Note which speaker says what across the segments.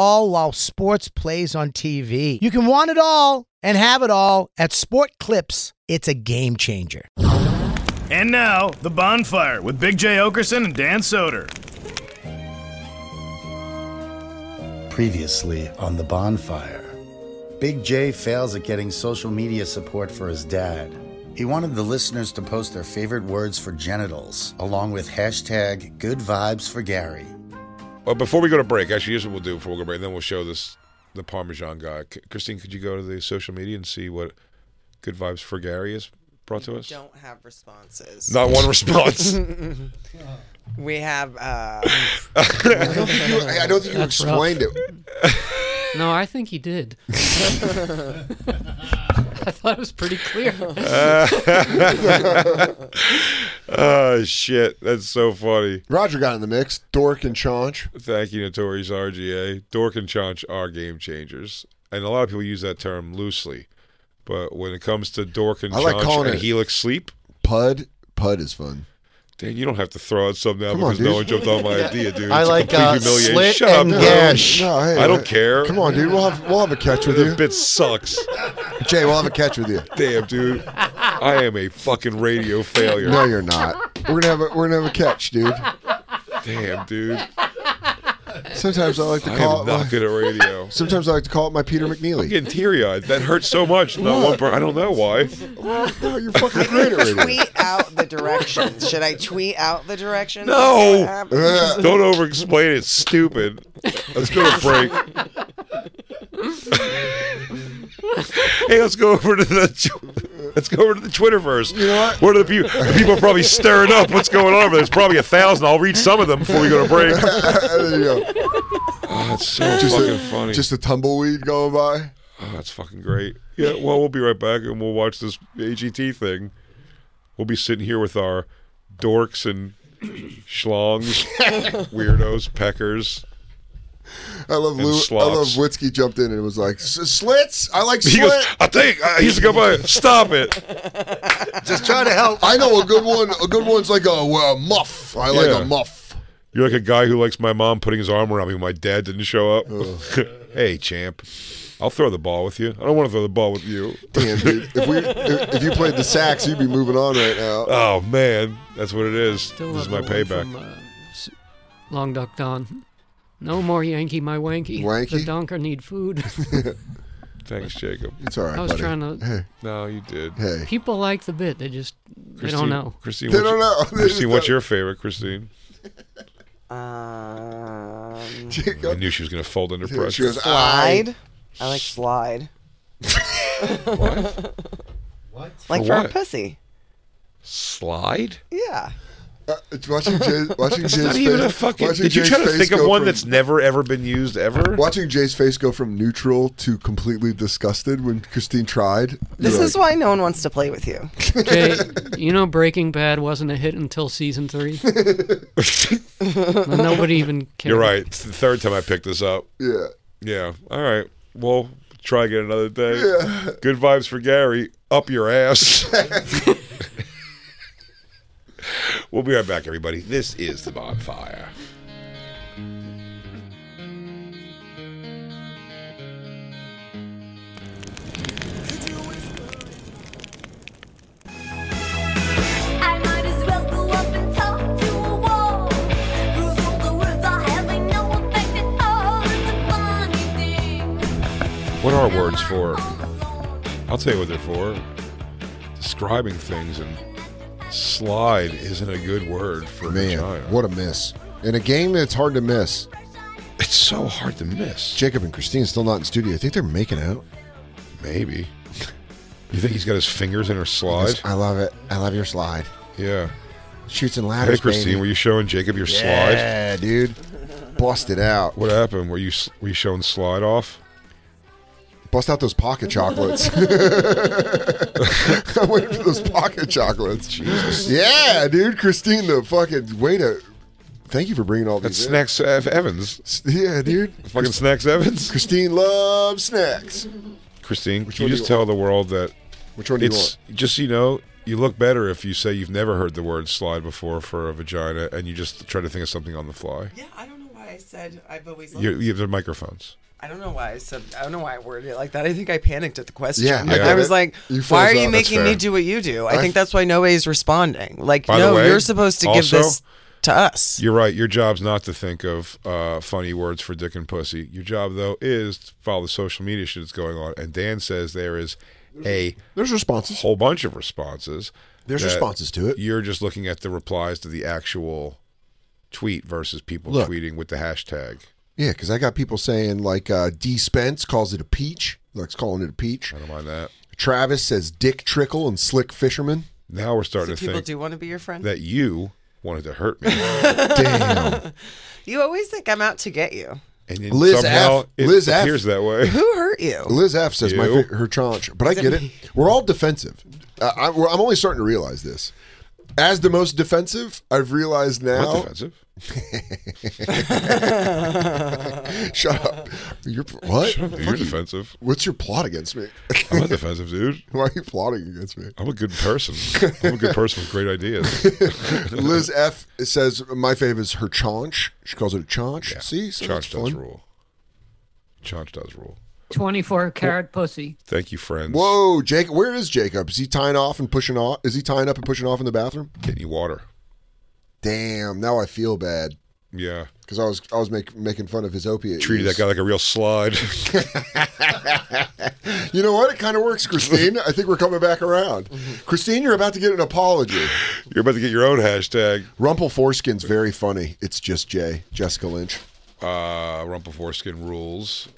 Speaker 1: all while sports plays on TV. You can want it all and have it all at Sport Clips. It's a game changer.
Speaker 2: And now, The Bonfire with Big J. Okerson and Dan Soder.
Speaker 3: Previously on The Bonfire, Big J fails at getting social media support for his dad. He wanted the listeners to post their favorite words for genitals, along with hashtag good vibes for Gary.
Speaker 4: Well, before we go to break, actually, here's what we'll do before we go to break, and then we'll show this the Parmesan guy. C- Christine, could you go to the social media and see what good vibes for Gary is brought to us?
Speaker 5: don't have responses.
Speaker 4: Not one response.
Speaker 5: We have uh,
Speaker 6: You- I I don't think you explained it.
Speaker 7: No, I think he did. I thought it was pretty clear.
Speaker 4: oh shit, that's so funny.
Speaker 6: Roger got in the mix. Dork and Chaunch.
Speaker 4: Thank you, Notorious RGA. Dork and Chaunch are game changers, and a lot of people use that term loosely. But when it comes to Dork and
Speaker 6: I like
Speaker 4: Chaunch
Speaker 6: calling
Speaker 4: and
Speaker 6: it-
Speaker 4: Helix Sleep,
Speaker 6: Pud. Pud is fun.
Speaker 4: Dan, you don't have to throw out some now
Speaker 6: Come on,
Speaker 4: Oh, because no
Speaker 6: dude.
Speaker 4: one jumped on my idea, dude.
Speaker 8: I
Speaker 4: It's a
Speaker 8: like,
Speaker 4: complete
Speaker 8: uh,
Speaker 4: humiliation.
Speaker 8: Slit
Speaker 4: Shut
Speaker 8: and
Speaker 4: up, bro.
Speaker 8: Gash.
Speaker 6: No, hey,
Speaker 4: I don't
Speaker 6: uh,
Speaker 4: care.
Speaker 6: Come on, dude. We'll have we'll have a catch with
Speaker 4: The
Speaker 6: you.
Speaker 4: bit sucks.
Speaker 6: Jay, we'll have a catch with you.
Speaker 4: Damn, dude. I am a fucking radio failure.
Speaker 6: No, you're not. We're gonna have a, we're gonna have a catch, dude.
Speaker 4: Damn, dude.
Speaker 6: Sometimes I like to
Speaker 4: I
Speaker 6: call
Speaker 4: am
Speaker 6: it.
Speaker 4: not
Speaker 6: My,
Speaker 4: good at radio.
Speaker 6: sometimes I like to call it my Peter
Speaker 4: I'm
Speaker 6: McNeely.
Speaker 4: getting teary eyed. That hurts so much. Not one per- I don't know why.
Speaker 6: No, you're fucking great at radio.
Speaker 5: tweet out the directions. Should I tweet out the directions?
Speaker 4: No!
Speaker 5: What happened?
Speaker 6: Uh,
Speaker 4: Don't over explain it. It's stupid. Let's go to break. hey, let's go over to the let's go over to the Twitterverse. You
Speaker 6: know what?
Speaker 4: Where are the people? People are probably stirring up. What's going on over there? There's probably a thousand. I'll read some of them before we go to break.
Speaker 6: there you go.
Speaker 4: Oh, it's so
Speaker 6: Just
Speaker 4: fucking
Speaker 6: a,
Speaker 4: funny.
Speaker 6: Just a tumbleweed going by.
Speaker 4: Oh, that's fucking great. Yeah, well, we'll be right back and we'll watch this AGT thing. We'll be sitting here with our dorks and schlongs, weirdos, peckers.
Speaker 6: I love
Speaker 4: And
Speaker 6: Lou. I love
Speaker 4: slops.
Speaker 6: Witzke jumped in and was like, "S- "Slits, I like
Speaker 4: He goes,
Speaker 6: slit.
Speaker 4: I think uh, he's going by. Stop it.
Speaker 6: Just trying to help." I know a good one. A good one's like a, uh muff. I like
Speaker 4: Yeah.
Speaker 6: a muff.
Speaker 4: You're like a guy who likes my mom putting his arm around me when my dad didn't show up. hey, champ, I'll throw the ball with you. I don't want to throw the ball with you.
Speaker 6: Damn, dude. If we if, if you played the sax, you'd be moving on right now.
Speaker 4: Oh man, that's what it is.
Speaker 7: Still
Speaker 4: this is
Speaker 7: love
Speaker 4: my
Speaker 7: the one
Speaker 4: payback.
Speaker 7: from, uh, S- Long Duck Don. No more Yankee, my wanky.
Speaker 6: Wanky?
Speaker 7: The donker need food.
Speaker 4: Thanks, Jacob.
Speaker 6: it's all right.
Speaker 7: I was
Speaker 6: buddy.
Speaker 7: trying to-
Speaker 6: Hey,
Speaker 4: No, you did.
Speaker 6: hey.
Speaker 7: People like the bit. They just they don't know.
Speaker 4: Christine,
Speaker 6: They
Speaker 4: what's
Speaker 6: don't
Speaker 4: your-
Speaker 6: know. They
Speaker 4: Christine,
Speaker 6: just
Speaker 4: what's
Speaker 6: don't-
Speaker 4: your favorite, Christine?
Speaker 5: Um,
Speaker 4: I knew she was going to fold under pressure.
Speaker 6: She goes, "I."
Speaker 5: slide. I like slide. what? Like
Speaker 4: For
Speaker 5: for, a
Speaker 4: what?
Speaker 5: pussy.
Speaker 4: slide?
Speaker 5: Yeah.
Speaker 6: Uh, it's watching Jay, watching Jay's
Speaker 4: Not
Speaker 6: face.
Speaker 4: even a fucking.
Speaker 6: watching
Speaker 4: Did you
Speaker 6: Jay's
Speaker 4: try to
Speaker 6: face
Speaker 4: think of
Speaker 6: go
Speaker 4: one
Speaker 6: from-
Speaker 4: that's never ever been used ever?
Speaker 6: Watching Jay's face go from neutral to completely disgusted when Christine tried.
Speaker 5: This
Speaker 6: you're
Speaker 5: is
Speaker 6: like,
Speaker 5: why no one wants to play with you.
Speaker 7: Jay, you know Breaking Bad wasn't a hit until season three. Nobody even cared.
Speaker 4: You're right. It's the third time I picked this up.
Speaker 6: Yeah.
Speaker 4: Yeah. All right. Well, try again another day. Good vibes for Gary. Up your ass. we'll be right back, everybody. This is the bonfire.
Speaker 9: I might as well go up and talk to a wall. Bruise all the words I have, ain't no effect at all. It's a
Speaker 4: What are words for? I'll tell you what they're for. Describing things and slide isn't a good word for
Speaker 6: Man,
Speaker 4: vagina.
Speaker 6: what a miss. In a game that's hard to miss.
Speaker 4: It's so hard to miss.
Speaker 6: Jacob and Christine still not in studio. I think they're making out.
Speaker 4: Maybe. You think he's got his fingers in her slide?
Speaker 6: Yes, I love it. I love your slide.
Speaker 4: Yeah.
Speaker 6: Shoots and
Speaker 4: Hey,
Speaker 6: ladders.
Speaker 4: Christine,
Speaker 6: baby.
Speaker 4: were you showing Jacob your slide?
Speaker 6: yeah, dude. Bust it out.
Speaker 4: What happened? Were you s- were you showing slide off?
Speaker 6: Bust out those pocket chocolates. I'm waiting for those pocket chocolates. Jesus. Yeah, dude. Christine, the fucking way to. Thank you for bringing all
Speaker 4: That's
Speaker 6: these. in.
Speaker 4: Snacks F. Evans.
Speaker 6: S- Yeah, dude.
Speaker 4: Fucking Snacks Evans.
Speaker 6: Christine loves snacks.
Speaker 4: Christine, can
Speaker 6: one do
Speaker 4: you just
Speaker 6: you
Speaker 4: tell the world that
Speaker 6: Which one do
Speaker 4: it's just so you know you look better if you say you've never heard the word slide before for a vagina and you just try to think of something on the fly.
Speaker 5: Yeah, I don't know why I said I've always.
Speaker 4: You, you have the microphones.
Speaker 5: I don't know why I said. I don't know why I worded it like that. I think I panicked at the question.
Speaker 6: Yeah, I
Speaker 5: Like,
Speaker 6: get
Speaker 5: I, was
Speaker 6: it.
Speaker 5: like,
Speaker 6: You froze
Speaker 5: "Why are
Speaker 6: up.
Speaker 5: you
Speaker 6: That's
Speaker 5: making me
Speaker 6: fair.
Speaker 5: do what you do?" I,
Speaker 6: I-
Speaker 5: think that's why nobody's responding. Like,
Speaker 4: By the
Speaker 5: no,
Speaker 4: way,
Speaker 5: you're supposed to give
Speaker 4: also-
Speaker 5: this to us.
Speaker 4: You're right. Your job's not to think of uh, funny words for dick and pussy. Your job, though, is to follow the social media shit that's going on. And Dan says there is a
Speaker 6: There's responses.
Speaker 4: whole bunch of responses.
Speaker 6: There's
Speaker 4: that
Speaker 6: responses to it.
Speaker 4: You're just looking at the replies to the actual tweet versus people
Speaker 6: Look.
Speaker 4: tweeting with the hashtag.
Speaker 6: Yeah, because I got people saying like uh, D Spence calls it a peach. Looks calling it a peach.
Speaker 4: I don't mind that.
Speaker 6: Travis says dick trickle and slick fisherman.
Speaker 4: Now we're
Speaker 5: So
Speaker 4: starting to
Speaker 5: people
Speaker 4: think
Speaker 5: do want to be your friend.
Speaker 4: that you wanted to hurt me.
Speaker 6: Damn.
Speaker 5: you always think I'm out to get you.
Speaker 4: And then
Speaker 6: Liz
Speaker 4: somehow
Speaker 6: F.
Speaker 4: it
Speaker 6: Liz F.
Speaker 4: appears that way.
Speaker 5: Who hurt you?
Speaker 6: Liz F says my
Speaker 4: You.
Speaker 6: fi- her tranche, but I get it. We're all defensive. Uh, I, we're, I'm only starting to realize this. As the most defensive, I've realized
Speaker 4: Not
Speaker 6: now.
Speaker 4: defensive.
Speaker 6: Shut up. You're what?
Speaker 4: You're defensive.
Speaker 6: What's your plot against me?
Speaker 4: I'm not defensive, dude.
Speaker 6: Why are you plotting against me?
Speaker 4: I'm a good person. I'm a good person with great ideas.
Speaker 6: Liz F says my fave is her chaunch. She calls it a chaunch. See, so that's
Speaker 4: Chonch does
Speaker 6: fun.
Speaker 4: rule. Chonch does rule.
Speaker 7: 24 carat pussy.
Speaker 4: Thank you, friends.
Speaker 6: Whoa, Jacob! Where is Jacob? Is he tying off and pushing off? Is he tying up and pushing off in the bathroom?
Speaker 4: Getting you water.
Speaker 6: Damn! Now I feel bad
Speaker 4: Yeah.
Speaker 6: because I was I was make, making fun of his opiate.
Speaker 4: Treated
Speaker 6: use.
Speaker 4: that guy like a real slide.
Speaker 6: You know what? It kind of works, Christine. I think we're coming back around.
Speaker 4: Mm-hmm.
Speaker 6: Christine, you're about to get an apology.
Speaker 4: You're about to get your own hashtag.
Speaker 6: Rumple Foreskin's very funny. It's just Jay, Jessica Lynch.
Speaker 4: Uh, Rumple Foreskin rules.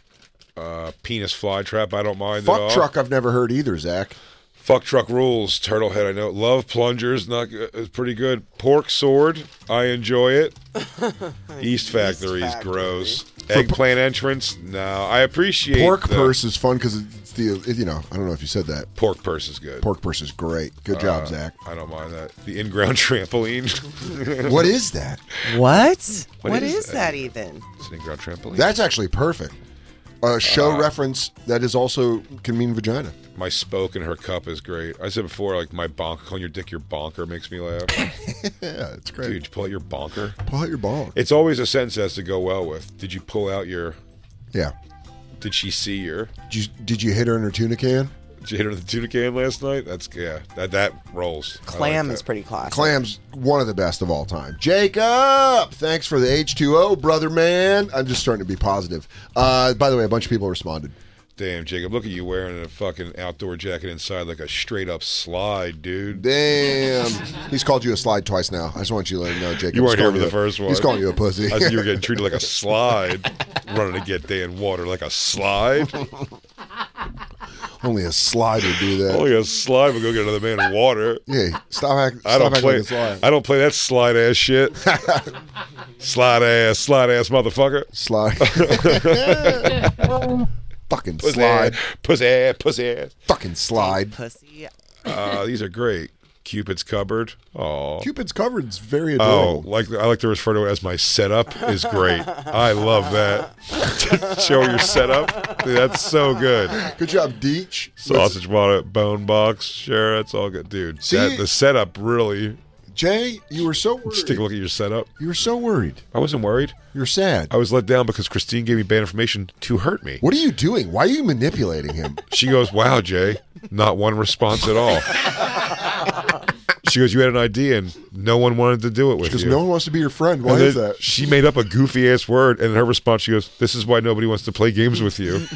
Speaker 4: Uh, penis fly trap. I don't mind at
Speaker 6: Fuck
Speaker 4: all.
Speaker 6: truck, I've never heard either, Zach.
Speaker 4: Fuck truck rules. Turtle head. I know. Love plungers. Not g- is pretty good. Pork sword. I enjoy it. East factory is
Speaker 5: Factory.
Speaker 4: gross. Eggplant entrance. No, I appreciate
Speaker 6: Pork
Speaker 4: the-
Speaker 6: purse is fun because it's the it- you know I don't know if you said that.
Speaker 4: Pork purse is good. Uh,
Speaker 6: Pork purse is great. Good job, Zach.
Speaker 4: I don't mind that. The in-ground trampoline.
Speaker 6: What is that?
Speaker 5: What?
Speaker 4: What
Speaker 5: what
Speaker 4: is
Speaker 5: is,
Speaker 4: that?
Speaker 5: that even?
Speaker 4: it's an in-ground trampoline.
Speaker 6: That's actually perfect. A
Speaker 4: Uh,
Speaker 6: show reference that is also can mean vagina.
Speaker 4: my spoke in her cup is great. I said before, like my bonk calling your dick your bonker makes me laugh.
Speaker 6: Yeah, it's great.
Speaker 4: Dude, did you pull out your bonker?
Speaker 6: Pull out your ball.
Speaker 4: It's always a sentence that has to go well with. Did you pull out your?
Speaker 6: yeah.
Speaker 4: Did she see your?
Speaker 6: Did you, did you hit her in her tuna can?
Speaker 4: Did you hit her in the tuna can last night? That's yeah. That that rolls. I like
Speaker 5: Clam
Speaker 4: that.
Speaker 5: is pretty classic.
Speaker 6: Clam's one of the best of all time. Jacob, thanks for the H2O, brother man. I'm just starting to be positive. Uh, by the way, a bunch of people responded.
Speaker 4: Damn, Jacob, look at you wearing a fucking outdoor jacket inside like a straight up slide, dude.
Speaker 6: Damn. He's called you a slide twice now. I just want you to let him know, Jacob. He's
Speaker 4: You weren't here
Speaker 6: calling
Speaker 4: for the
Speaker 6: a-
Speaker 4: first one.
Speaker 6: He's calling you a pussy.
Speaker 4: I said you were getting treated like a slide, running to get day in water like a slide.
Speaker 6: Only a slide would do that.
Speaker 4: Only a slide would go get another man in water.
Speaker 6: Yeah, stop acting.
Speaker 4: I don't
Speaker 6: stop acting
Speaker 4: play.
Speaker 6: Like a slide.
Speaker 4: I don't play that slide ass shit. slide ass, slide ass, motherfucker.
Speaker 6: slide. fucking
Speaker 4: Pussy
Speaker 6: slide.
Speaker 4: ass, pussy ass, pussy ass.
Speaker 6: Fucking slide.
Speaker 5: Pussy.
Speaker 4: Uh, these are great. Cupid's cupboard. Oh,
Speaker 6: Cupid's cupboard's very
Speaker 4: oh,
Speaker 6: adorable.
Speaker 4: like I like to refer to it as my setup is great. I love that. Show your setup. Dude, that's so good.
Speaker 6: Good job, Deech.
Speaker 4: Sausage water, bone box. Sure, that's all good, dude.
Speaker 6: See?
Speaker 4: that- the setup really.
Speaker 6: Jay, you were so
Speaker 4: Just take a
Speaker 6: worried.
Speaker 4: look at your setup.
Speaker 6: You were so worried.
Speaker 4: I wasn't worried.
Speaker 6: You're sad.
Speaker 4: I was let down because Christine gave me bad information to hurt me.
Speaker 6: What are you doing? Why are you manipulating him?
Speaker 4: She goes, "Wow, Jay, not one response at all." she goes, "You had an idea, and no one wanted to do it with
Speaker 6: Because
Speaker 4: you."
Speaker 6: no one wants to be your friend. Why
Speaker 4: And
Speaker 6: is
Speaker 4: then
Speaker 6: that?
Speaker 4: She made up a goofy ass word, and in her response, she goes, "This is why nobody wants to play games with you."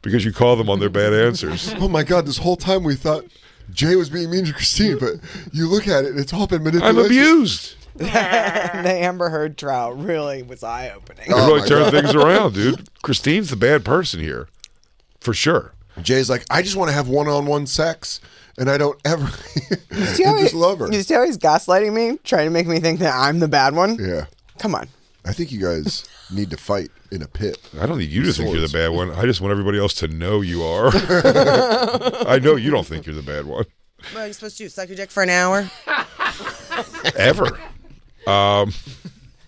Speaker 4: because you call them on their bad answers.
Speaker 6: Oh my God! This whole time we thought Jay was being mean to Christine, but you look at it and it's all been
Speaker 4: I'm
Speaker 6: manipulation.
Speaker 4: abused.
Speaker 5: the Amber Heard trial really was eye opening.
Speaker 4: It
Speaker 6: Oh
Speaker 4: really
Speaker 6: my
Speaker 4: turned things around, dude. Christine's the bad person here, for sure.
Speaker 6: Jay's like, I just want to have one-on-one sex, and I don't ever. I just love her.
Speaker 5: You see how he's gaslighting me, trying to make me think that I'm the bad one?
Speaker 6: Yeah,
Speaker 5: Come on.
Speaker 6: I think you guys need to fight in a pit.
Speaker 4: I don't think you just think you're the bad one. I just want everybody else to know you are. I know you don't think you're the bad one
Speaker 5: What are you supposed to do? Suck your dick for an hour?
Speaker 4: ever. Um,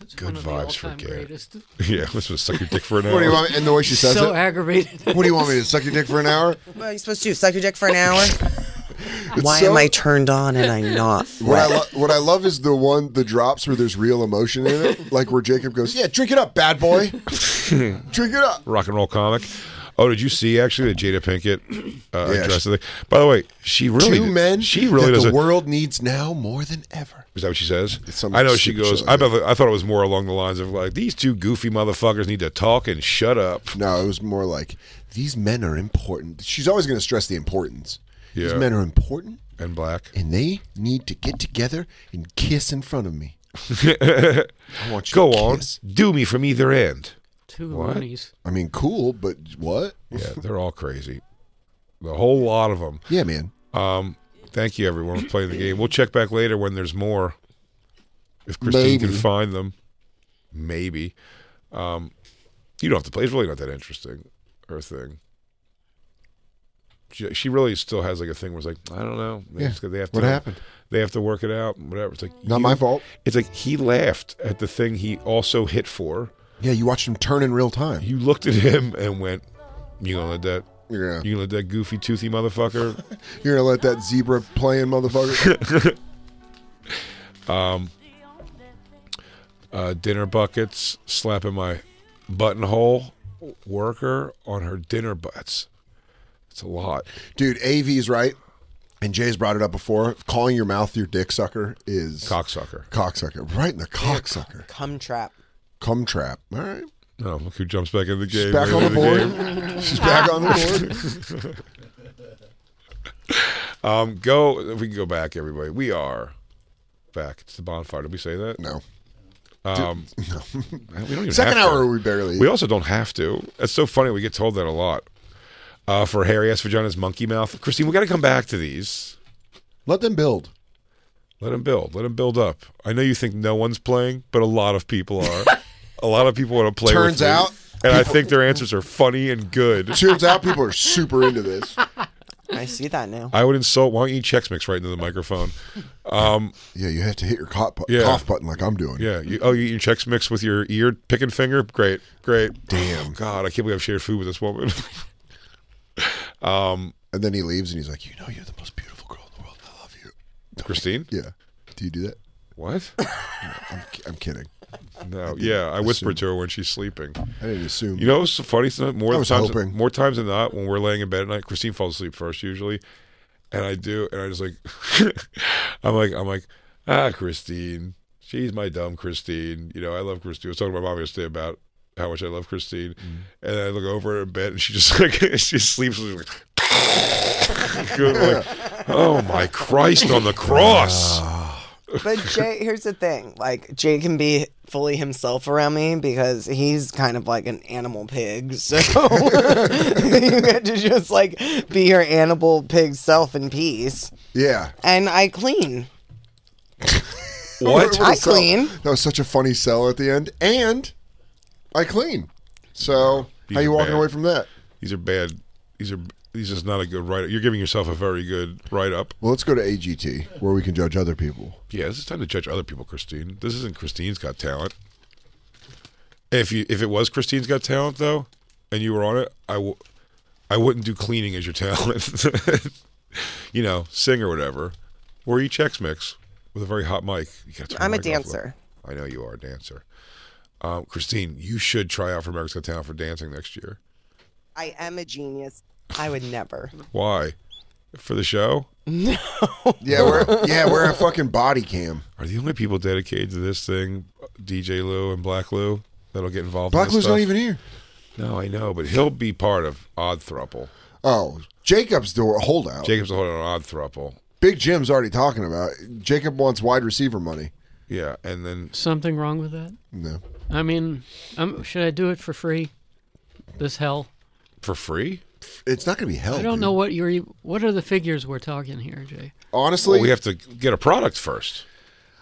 Speaker 7: It's Good
Speaker 4: vibes for Garrett. yeah, this was suck your dick for an
Speaker 6: What do you
Speaker 4: hour.
Speaker 6: want? Me, and the way she says
Speaker 7: So
Speaker 6: it.
Speaker 7: aggravated.
Speaker 6: what do you want me to suck your dick for an hour?
Speaker 5: What are you supposed to do? Suck your dick for an hour? Why
Speaker 6: so-
Speaker 5: am I turned on and I'm not?
Speaker 6: What I, lo- what I love is the one the drops where there's real emotion in it, like where Jacob goes, "Yeah, drink it up, bad boy, drink it up."
Speaker 4: Rock and roll comic. Oh, did you see actually that Jada Pinkett uh,
Speaker 6: Yeah,
Speaker 4: addressed the thing? By the way, she really
Speaker 6: Two men.
Speaker 4: She really
Speaker 6: that
Speaker 4: doesn't.
Speaker 6: The world needs now more than ever.
Speaker 4: Is that what she says?
Speaker 6: It's some
Speaker 4: I know she
Speaker 6: stupid
Speaker 4: goes.
Speaker 6: shit
Speaker 4: I,
Speaker 6: like that.
Speaker 4: bet- I thought it was more along the lines of like these two goofy motherfuckers need to talk and shut up.
Speaker 6: No, it was more like these men are important. She's always going to stress the importance. These
Speaker 4: Yeah.
Speaker 6: men are important,
Speaker 4: And black.
Speaker 6: and they need to get together and kiss in front of me. I want you.
Speaker 4: Go
Speaker 6: to
Speaker 4: on,
Speaker 6: kiss.
Speaker 4: do me from either end.
Speaker 7: Two
Speaker 4: What?
Speaker 7: loonies.
Speaker 6: I mean, cool, but what?
Speaker 4: Yeah, they're all crazy. The whole lot of them.
Speaker 6: Yeah, man.
Speaker 4: Um, thank you, everyone, for playing the game. We'll check back later when there's more. If Christine can
Speaker 6: Maybe.
Speaker 4: find them, maybe. Um, you don't have to play. It's really not that interesting, her thing. She, she really still has like a thing where it's like, I don't know. They,
Speaker 6: Yeah.
Speaker 4: just- they have to,
Speaker 6: What happened?
Speaker 4: They have to work it out and whatever. It's like
Speaker 6: Not
Speaker 4: you-
Speaker 6: my fault.
Speaker 4: It's like he laughed at the thing he also hit for.
Speaker 6: Yeah, you watched him turn in real time.
Speaker 4: You looked at him and went, "You gonna let that?
Speaker 6: Yeah.
Speaker 4: You gonna let that goofy toothy motherfucker
Speaker 6: You're gonna let that zebra play in, motherfucker.
Speaker 4: um, uh, dinner buckets slapping my buttonhole worker on her dinner butts. It's a lot.
Speaker 6: Dude, AV's right, and Jay's brought it up before. Calling your mouth your dick sucker is
Speaker 4: Cocksucker.
Speaker 6: cocksucker, right in the cocksucker,
Speaker 5: Cum trap.
Speaker 6: cum trap. All right,
Speaker 4: No, look who jumps back in the game.
Speaker 6: she's back
Speaker 4: later
Speaker 6: on the
Speaker 4: in
Speaker 6: board. She's back on the board.
Speaker 4: game. Um, go. If we can go back, everybody. We are back. It's the bonfire. Did we say that?
Speaker 6: No,
Speaker 4: Um, we don't even
Speaker 6: second
Speaker 4: have to.
Speaker 6: hour we barely.
Speaker 4: We also don't have to. That's so funny. We get told that a lot. Uh, for Harry S. Vagina's monkey mouth. Christine, we got to come back to these.
Speaker 6: let them build.
Speaker 4: Let him build. Let him build up. I know you think no one's playing, but a lot of people are. a lot of people want to play.
Speaker 6: Turns
Speaker 4: with me,
Speaker 6: out-
Speaker 4: and I think their answers are funny and good.
Speaker 6: Turns out people are super into this.
Speaker 5: I see that now.
Speaker 4: I would insult. Why don't you check mix right into the microphone? Um,
Speaker 6: Yeah, you have to hit your cough, bu-
Speaker 4: Yeah.
Speaker 6: cough button like I'm doing.
Speaker 4: yeah. You, oh, you eat your checks mix with your ear picking finger. Great, great. Damn. God, I can't believe I've shared food with this woman. Um,
Speaker 6: And then he leaves and he's like, "You know, you're the most beautiful girl in the world. I love you."
Speaker 4: Christine.
Speaker 6: Yeah. Do you do that?
Speaker 4: What?
Speaker 6: I'm, ki- I'm kidding.
Speaker 4: No. Yeah, I whispered to her when she's sleeping.
Speaker 6: I didn't assume.
Speaker 4: You know, what's the funny thing. More
Speaker 6: I was
Speaker 4: times,
Speaker 6: hoping.
Speaker 4: more times than not, when we're laying in bed at night, Christine falls asleep first usually, and I do, and I just like, I'm like, I'm like, ah, Christine, she's my dumb Christine. You know, I love Christine. I was talking to my mom yesterday about how much I love Christine,
Speaker 6: Mm-hmm.
Speaker 4: and I look over at her in bed, and she just like, she sleeps. and she's like, Good, like, oh my Christ on the cross!
Speaker 6: Ah.
Speaker 5: But Jay, here's the thing. Like Jay can be fully himself around me because he's kind of like an animal pig. So you get to just like be your animal pig self in peace.
Speaker 6: yeah.
Speaker 5: And I clean.
Speaker 4: What?
Speaker 5: I
Speaker 6: That was-
Speaker 5: clean.
Speaker 6: That was such a funny sell at the end, and I clean. So
Speaker 4: These
Speaker 6: how you
Speaker 4: are
Speaker 6: walking
Speaker 4: bad.
Speaker 6: away from that?
Speaker 4: These are bad. These are. These is not a good write. You're giving yourself a very good write up.
Speaker 6: Well, let's go to AGT where we can judge other people.
Speaker 4: Yeah, this is time to judge other people, Christine. This isn't Christine's Got Talent. If you if it was Christine's Got Talent though, and you were on it, I w- I wouldn't do cleaning as your talent. you know, sing or whatever, or you checks mix with a very hot mic. You gotta turn the
Speaker 5: I'm a
Speaker 4: mic off little.
Speaker 5: dancer.
Speaker 4: I know you are a dancer. Um, Christine, you should try out for America's Got Talent for dancing next year.
Speaker 5: I am a genius. I would never.
Speaker 4: Why? For the show?
Speaker 6: Yeah, we're yeah we're a fucking body cam.
Speaker 4: Are the only people dedicated to this thing DJ Lou and Black Lou that'll get involved? in
Speaker 6: Black
Speaker 4: this
Speaker 6: Lou's
Speaker 4: stuff?
Speaker 6: not even here.
Speaker 4: No, I know, but he'll be part of Odd Thruple.
Speaker 6: Oh, Jacob's the holdout.
Speaker 4: Jacob's holding on Odd Thruple.
Speaker 6: Big Jim's already talking about. it. Jacob wants wide receiver money.
Speaker 4: Yeah, and then
Speaker 7: Something wrong with that?
Speaker 6: No.
Speaker 7: I mean, um, should I do it for free? This hell.
Speaker 4: for free?
Speaker 6: It's not going to be hell.
Speaker 7: I don't
Speaker 6: dude.
Speaker 7: know what you're. e, What are the figures we're talking here, Jay?
Speaker 6: Honestly,
Speaker 4: Well, we have to get a product first.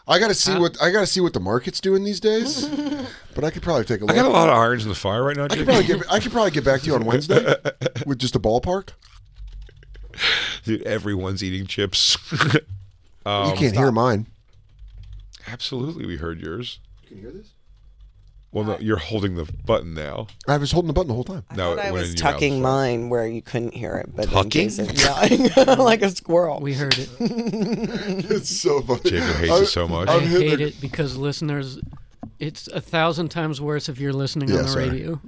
Speaker 6: I got to see what I got to see what the market's doing these days. but I could probably take a look.
Speaker 4: I got a lot of irons in the fire right now,
Speaker 6: I could
Speaker 4: Jacob.
Speaker 6: probably get I could probably get back to you on Wednesday with just a ballpark.
Speaker 4: Dude, everyone's eating chips. Um,
Speaker 6: you can't hear mine.
Speaker 4: Absolutely, we heard yours. You can hear this? Well, no, you're holding the button now.
Speaker 6: I was holding the button the whole time.
Speaker 4: no,
Speaker 5: I
Speaker 4: it went
Speaker 5: was
Speaker 4: in your mouth,
Speaker 5: tucking
Speaker 4: so-
Speaker 5: mine where you couldn't hear it, but in
Speaker 4: Tucking?
Speaker 5: case it- yeah, like a squirrel.
Speaker 7: We heard it.
Speaker 6: It's so funny.
Speaker 4: Jacob hates
Speaker 6: I-
Speaker 4: it so much.
Speaker 7: I
Speaker 6: I'm hitting
Speaker 7: hate
Speaker 6: the-
Speaker 7: it because listeners. It's a thousand times worse if you're listening on
Speaker 6: Yes,
Speaker 7: the
Speaker 6: sir.
Speaker 7: radio.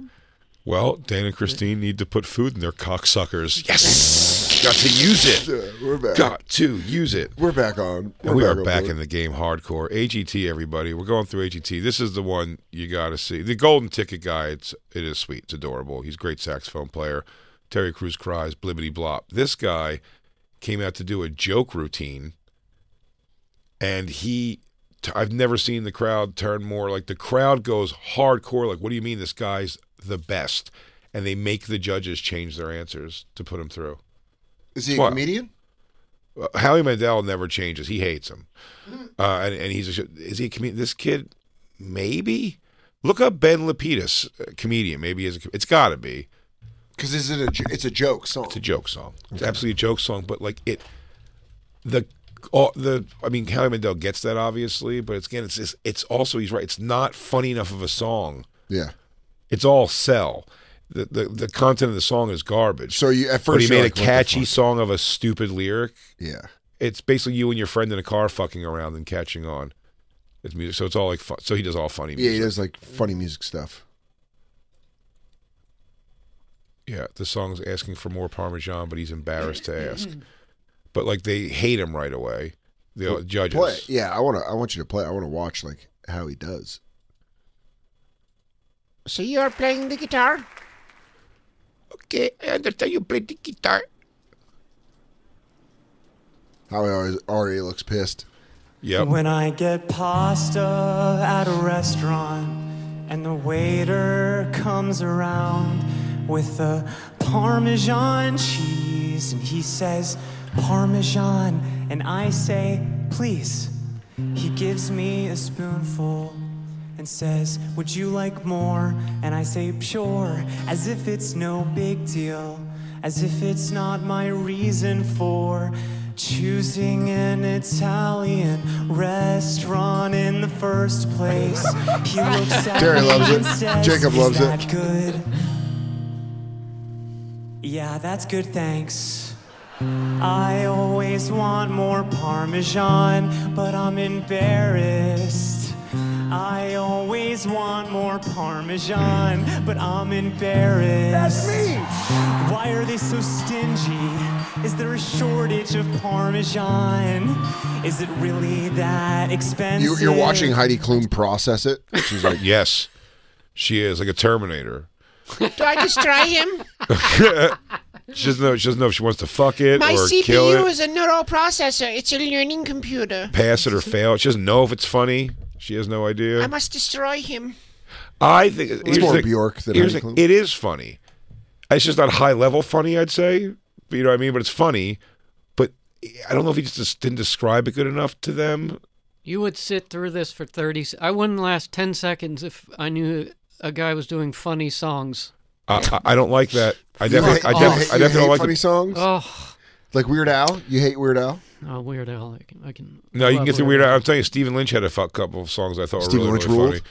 Speaker 4: Well, Dan and Christine need to put food in their cocksuckers. Yes, got to use it.
Speaker 6: Yeah, we're back.
Speaker 4: Got to use it.
Speaker 6: We're back on. We're
Speaker 4: And we
Speaker 6: back
Speaker 4: are
Speaker 6: on
Speaker 4: back
Speaker 6: board.
Speaker 4: in the game hardcore. AGT, everybody. We're going through AGT. This is the one you got to see. The golden ticket guy, it's, it is sweet. It's adorable. He's a great saxophone player. Terry Crews cries, blibbity blop. This guy came out to do a joke routine, and he. t- I've never seen the crowd turn more like the crowd goes hardcore. Like, what do you mean this guy's the best? And they make the judges change their answers to put him through.
Speaker 6: Is he a
Speaker 4: What?
Speaker 6: comedian?
Speaker 4: Uh, Howie Mandel never changes. He hates him, uh, and and he's a, sh- is he a comedian? This kid, maybe look up Ben Lapidus, uh, comedian. Maybe is a, co- it's got to be.
Speaker 6: Because is it a j- it's a joke song?
Speaker 4: It's a joke song. It's absolutely a joke song. But like it, the all, the I mean, Howie Mandel gets that obviously, but it's again, it's it's, it's also he's right. It's not funny enough of a song.
Speaker 6: yeah.
Speaker 4: It's all sell. The, the the content of the song is garbage.
Speaker 6: So you at
Speaker 4: but
Speaker 6: first
Speaker 4: he
Speaker 6: you're
Speaker 4: made
Speaker 6: like,
Speaker 4: a
Speaker 6: what the
Speaker 4: catchy
Speaker 6: fuck?
Speaker 4: song of a stupid lyric.
Speaker 6: Yeah.
Speaker 4: it's basically you and your friend in a car fucking around and catching on. It's music, so it's all like fun. So he does all funny
Speaker 6: Yeah, he
Speaker 4: music.
Speaker 6: does like funny music stuff.
Speaker 4: Yeah, the song's asking for more Parmesan, but he's embarrassed to ask. But like they hate him right away. The uh, judges.
Speaker 6: Play. Yeah, I want to. I want you to play. I want to watch like how he does.
Speaker 8: So you are playing the guitar?
Speaker 4: Okay, I understand you play the guitar.
Speaker 6: How he always, already looks pissed.
Speaker 4: Yep.
Speaker 10: When I get pasta at a restaurant and the waiter comes around with the Parmesan cheese and he says, Parmesan, and I say, please. He gives me a spoonful and says, Would you like more? And I say, Sure, as if it's no big deal, as if it's not my reason for choosing an Italian restaurant in the first place. He looks at
Speaker 6: Terry
Speaker 10: me
Speaker 6: loves
Speaker 10: and
Speaker 6: it.
Speaker 10: says,
Speaker 6: Jacob
Speaker 10: "Is
Speaker 6: loves it."
Speaker 10: that Good. Yeah, that's good, thanks. I always want more Parmesan, but I'm embarrassed. I always want more Parmesan, but I'm embarrassed. That's me! Why are they so stingy? Is there a shortage of Parmesan? Is it really that
Speaker 6: You,
Speaker 10: expensive?
Speaker 6: you're watching Heidi Klum process it. She's like,
Speaker 4: yes, she is like a Terminator.
Speaker 8: Do I destroy him?
Speaker 4: She doesn't know. She doesn't know if she wants to fuck it
Speaker 8: My
Speaker 4: or kill
Speaker 8: CPU
Speaker 4: it,
Speaker 8: is a neural processor. It's a learning computer.
Speaker 4: pass it or fail. it. She doesn't know if it's funny. She has no idea.
Speaker 8: I must destroy him.
Speaker 4: I think it's
Speaker 6: more Bjork than Heidi Klum.
Speaker 4: It is funny. It's just not high level funny, I'd say. But you know what I mean? But it's funny. But I don't know if he just didn't describe it good enough to them.
Speaker 7: You would sit through this for 30 se- I wouldn't last 10 seconds if I knew a guy was doing funny songs.
Speaker 4: I, I, I don't like that. I
Speaker 6: you
Speaker 4: definitely,
Speaker 6: hate-
Speaker 4: I
Speaker 6: you
Speaker 4: definitely,
Speaker 6: hate-
Speaker 4: I
Speaker 6: you
Speaker 4: definitely
Speaker 6: hate
Speaker 4: don't like.
Speaker 6: funny
Speaker 4: The,
Speaker 6: songs.
Speaker 7: Oh,
Speaker 6: Like Weird Al. You hate Weird Al.
Speaker 7: oh Weird Al. I can, I can
Speaker 4: no, you can
Speaker 7: love
Speaker 4: get through weird. Al. I'm telling you, Stephen Lynch had a fu- couple of songs I thought
Speaker 6: Stephen
Speaker 4: were
Speaker 6: Lynch
Speaker 4: really, really
Speaker 6: ruled.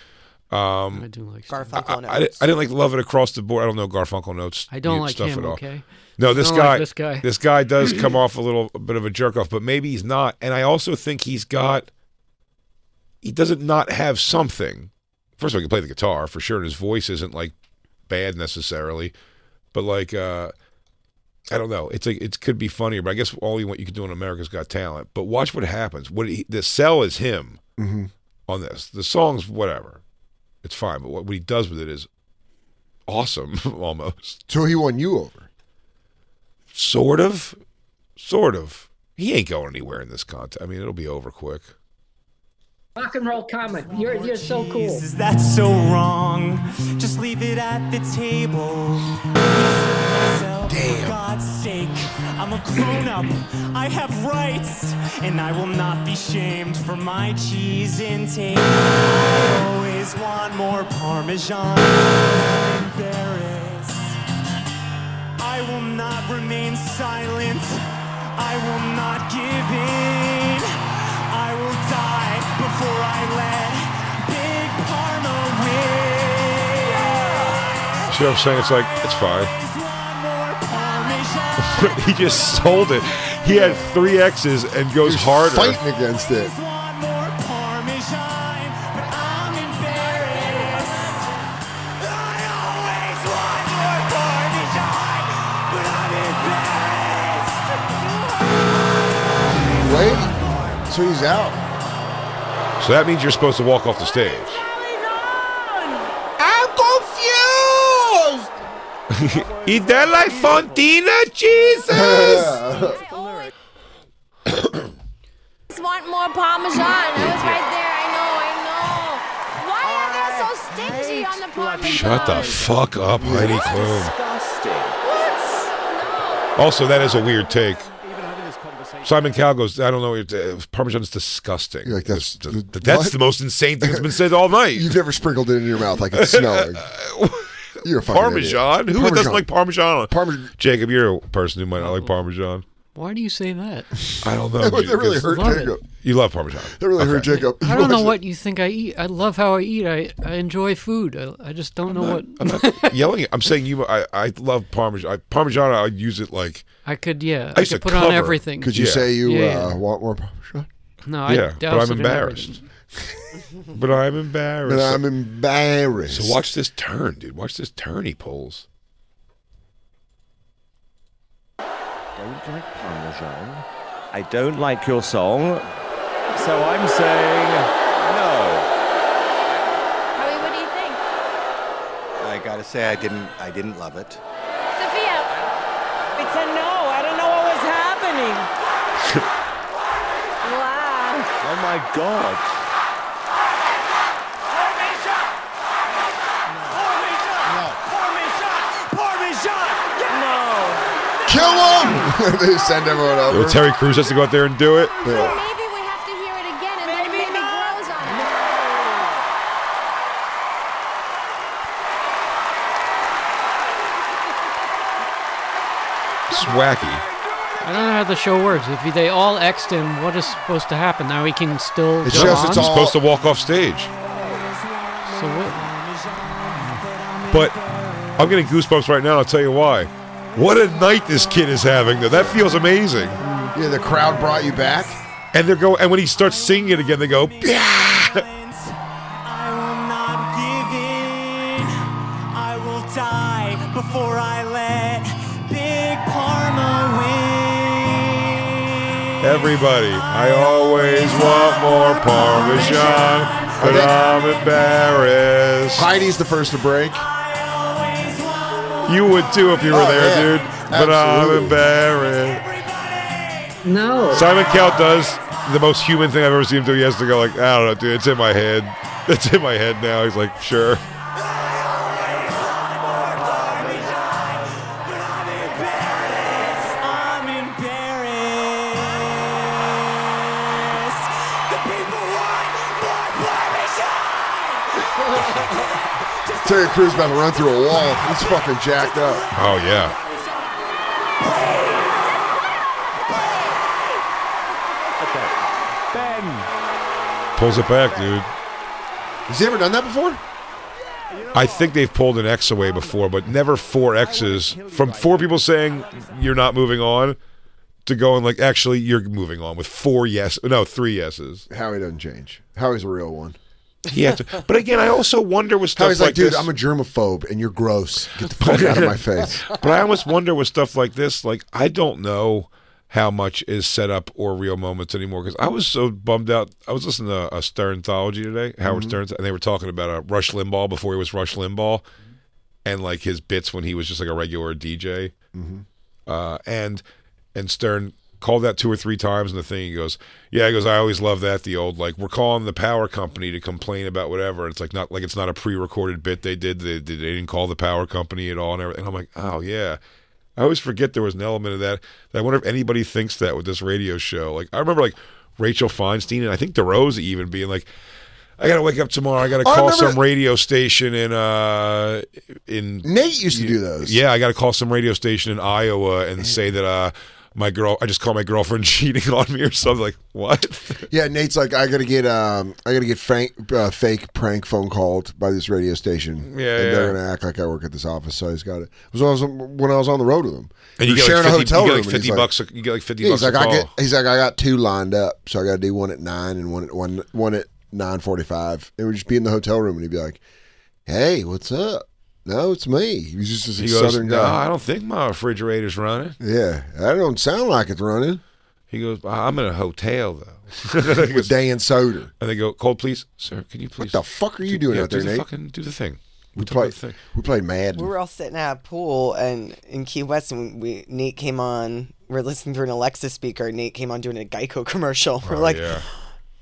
Speaker 4: funny. Um,
Speaker 7: I do like stuff.
Speaker 5: Garfunkel
Speaker 4: I, I,
Speaker 5: notes.
Speaker 4: I didn't like Love It Across the Board. I don't know Garfunkel notes.
Speaker 7: I don't like
Speaker 4: stuff
Speaker 7: him,
Speaker 4: at all.
Speaker 7: okay?
Speaker 4: No,
Speaker 7: I
Speaker 4: this
Speaker 7: don't
Speaker 4: guy,
Speaker 7: like this guy.
Speaker 4: does come off a little a bit of a jerk off, but maybe he's not. And I also think he's got. He doesn't not have something. First of all, he can play the guitar for sure, and his voice isn't like bad necessarily, but like uh I don't know. It's like it could be funnier, but I guess all you want you can do in America's Got Talent. But watch what happens. What he, the sell is him
Speaker 6: Mm-hmm.
Speaker 4: on this. The song's whatever, it's fine. But what, what he does with it is awesome almost.
Speaker 6: So he won you over.
Speaker 4: Sort of. Sort of. He ain't going anywhere in this contest. I mean, it'll be over quick.
Speaker 11: Rock and roll comic. You're you're so cool.
Speaker 10: Is that so wrong? Just leave it at the table. Damn. For God's sake, I'm a grown up. I have rights, and I will not be shamed for my cheese intake. I always want more Parmesan. I'm embarrassed. I will not remain silent. I will not give in. I will die before I let Big Parma win.
Speaker 4: See what I'm saying? It's like, it's fine. he just sold it. He had three X's and goes harder.
Speaker 6: Fighting against it. Wait. So he's out.
Speaker 4: So that means you're supposed to walk off the stage.
Speaker 8: I'm confused.
Speaker 4: Eat that like Fontina, Jesus!
Speaker 9: just want more Parmesan. I was right there. I know. I know. Why are they so stingy on the Parmesan?
Speaker 4: Shut the fuck up, Heidi Klum.
Speaker 12: Disgusting.
Speaker 4: Also, that is a weird take. Simon Cowell goes, I don't know, uh, what you're t- Parmesan's disgusting.
Speaker 6: You're like, that's
Speaker 4: Th- That's the most insane thing that's been said all night.
Speaker 6: You've never sprinkled it in your mouth. I can smell it. You're a fucking
Speaker 4: Parmesan?
Speaker 6: idiot.
Speaker 4: Who doesn't like Parmesan?
Speaker 6: Parmesan?
Speaker 4: Jacob, you're a person who might not like Parmesan.
Speaker 7: Why do you say that?
Speaker 4: I don't know.
Speaker 6: That, was-
Speaker 4: dude,
Speaker 6: that really
Speaker 4: 'cause
Speaker 6: hurt
Speaker 7: Love it.
Speaker 6: Jacob.
Speaker 4: You love Parmesan.
Speaker 6: That really hurt Jacob.
Speaker 7: I don't know what you think I eat. I love how I eat. I, I enjoy food. I, I just don't know what
Speaker 4: Yelling, I'm saying you. I, I love Parmesan. I, Parmesan, I use it like
Speaker 7: I could. Yeah,
Speaker 4: I
Speaker 7: I,
Speaker 4: used
Speaker 7: could
Speaker 4: to
Speaker 7: put on
Speaker 4: cover.
Speaker 7: everything.
Speaker 6: Could you
Speaker 4: Yeah.
Speaker 6: say you
Speaker 7: Yeah,
Speaker 6: Uh, want more Parmesan?
Speaker 7: No, I
Speaker 4: yeah, but
Speaker 7: douse it
Speaker 4: I'm
Speaker 7: in
Speaker 4: embarrassed. but I'm embarrassed.
Speaker 6: But I'm embarrassed.
Speaker 4: so watch this turn, dude. Watch this turn he pulls.
Speaker 12: Don't like Parmesan. I don't like your song. So I'm saying no.
Speaker 9: Harvey, what do you think?
Speaker 13: I gotta say, I didn't. I didn't love it.
Speaker 9: Sophia,
Speaker 11: It's a no. I don't know what was happening.
Speaker 9: wow.
Speaker 12: Oh my god.
Speaker 6: Kill him! they send everyone
Speaker 4: Yo,
Speaker 6: over.
Speaker 4: Terry Crews has to go out there and do it.
Speaker 6: Yeah.
Speaker 9: Maybe we have to hear it again and then maybe grows on it.
Speaker 4: It's wacky.
Speaker 7: I don't know how the show works. If they all X'd him, what is supposed to happen? Now he can still
Speaker 6: It's
Speaker 7: go
Speaker 6: just-
Speaker 7: on?
Speaker 6: it's
Speaker 4: He's
Speaker 6: all-
Speaker 4: supposed to walk off stage,
Speaker 7: so what?
Speaker 4: but I'm getting goosebumps right now. I'll tell you why. What a night this kid is having, though. That feels amazing.
Speaker 6: yeah, the crowd brought you back.
Speaker 4: And they're go, and when he starts singing it again, they go,
Speaker 10: I will not give in. I will die before I let Big Parma win.
Speaker 4: Everybody, I always want more Parmesan, but I'm embarrassed.
Speaker 6: Heidi's the first to break.
Speaker 4: You would too if you were
Speaker 6: Oh,
Speaker 4: there,
Speaker 6: yeah.
Speaker 4: dude. But I'm
Speaker 6: Absolutely.
Speaker 4: embarrassed.
Speaker 11: No.
Speaker 4: Simon Cowell does the most human thing I've ever seen him do. He has to go like, I don't know, dude. It's in my head. It's in my head now. He's like, sure.
Speaker 10: I'm embarrassed. The people want more Parmesan.
Speaker 6: Terry Crews about to run through a wall. He's fucking jacked up.
Speaker 4: Oh yeah.
Speaker 12: Ben.
Speaker 4: Pulls it back, dude.
Speaker 6: Has he ever done that before?
Speaker 4: I think they've pulled an X away before, but never four X's from four people saying you're not moving on to going like actually you're moving on with four yes no three yeses.
Speaker 6: Howie doesn't change. Howie's a real one.
Speaker 4: Yeah, to, but again, I also wonder with stuff
Speaker 6: Howie's like, dude,
Speaker 4: this-
Speaker 6: I'm a germaphobe and you're gross. Get the fuck out of my face.
Speaker 4: but I almost wonder with stuff like this, like I don't know how much is set up or real moments anymore because I was so bummed out. I was listening to
Speaker 6: Mm-hmm.
Speaker 4: a Sternthology today, Howard Stern, and they were talking about uh, Rush Limbaugh before he was Rush Limbaugh, and like his bits when he was just like a regular DJ.
Speaker 6: Mhm.
Speaker 4: Uh, and and Stern called that two or three times in the thing. He goes, "Yeah," he goes, "I always love that." The old like we're calling the power company to complain about whatever. It's like not like it's not a pre-recorded bit they did. They, they didn't call the power company at all and everything. And I'm like, oh yeah. I always forget there was an element of that. I wonder if anybody thinks that with this radio show. Like I remember like Rachel Feinstein and I think DeRose even being like, I gotta wake up tomorrow. I gotta
Speaker 6: Oh, I
Speaker 4: call
Speaker 6: remember-
Speaker 4: some radio station in uh in
Speaker 6: Nate used to do those.
Speaker 4: yeah, I got to call some radio station in Iowa and say that uh, my girl, I just called my girlfriend cheating on me or something. Like what?
Speaker 6: Yeah, Nate's like, I gotta get, um, I gotta get frank, uh, fake prank phone called by this radio station.
Speaker 4: Yeah,
Speaker 6: and they're
Speaker 4: yeah.
Speaker 6: gonna act like I work at this office, so I just got it. It was when I was on, when I was on the road with him.
Speaker 4: And
Speaker 6: We
Speaker 4: you
Speaker 6: were
Speaker 4: get
Speaker 6: sharing
Speaker 4: like
Speaker 6: a
Speaker 4: fifty,
Speaker 6: hotel
Speaker 4: you get
Speaker 6: room.
Speaker 4: like
Speaker 6: and
Speaker 4: 50
Speaker 6: he's like-
Speaker 4: bucks. a- you get like fifty
Speaker 6: Yeah,
Speaker 4: bucks
Speaker 6: he's
Speaker 4: a
Speaker 6: like,
Speaker 4: call.
Speaker 6: I get, he's like, I got two lined up, so I got to do one at nine and one at one one at nine forty five. And we'd just be in the hotel room, and he'd be like, "Hey, what's up? No, it's me." He was just this
Speaker 4: he goes,
Speaker 6: southern
Speaker 4: no,
Speaker 6: guy.
Speaker 4: I don't think my refrigerator's running.
Speaker 6: yeah, I don't sound like it's running.
Speaker 4: He goes, I'm in a hotel though. He
Speaker 6: With
Speaker 4: goes-
Speaker 6: Dan Soder.
Speaker 4: and they go, Cole, please, sir, can you please?
Speaker 6: What the fuck are you doing
Speaker 4: yeah,
Speaker 6: out
Speaker 4: do
Speaker 6: there,
Speaker 4: the
Speaker 6: Nate?
Speaker 4: fucking- do the thing.
Speaker 6: We
Speaker 4: talk about
Speaker 6: play.
Speaker 4: the thing.
Speaker 6: We play Madden.
Speaker 5: We were all sitting at a pool and in Key West, and we Nate came on. We're listening through an Alexa speaker. and Nate came on doing a Geico commercial. We're
Speaker 4: Oh,
Speaker 5: like,
Speaker 4: yeah.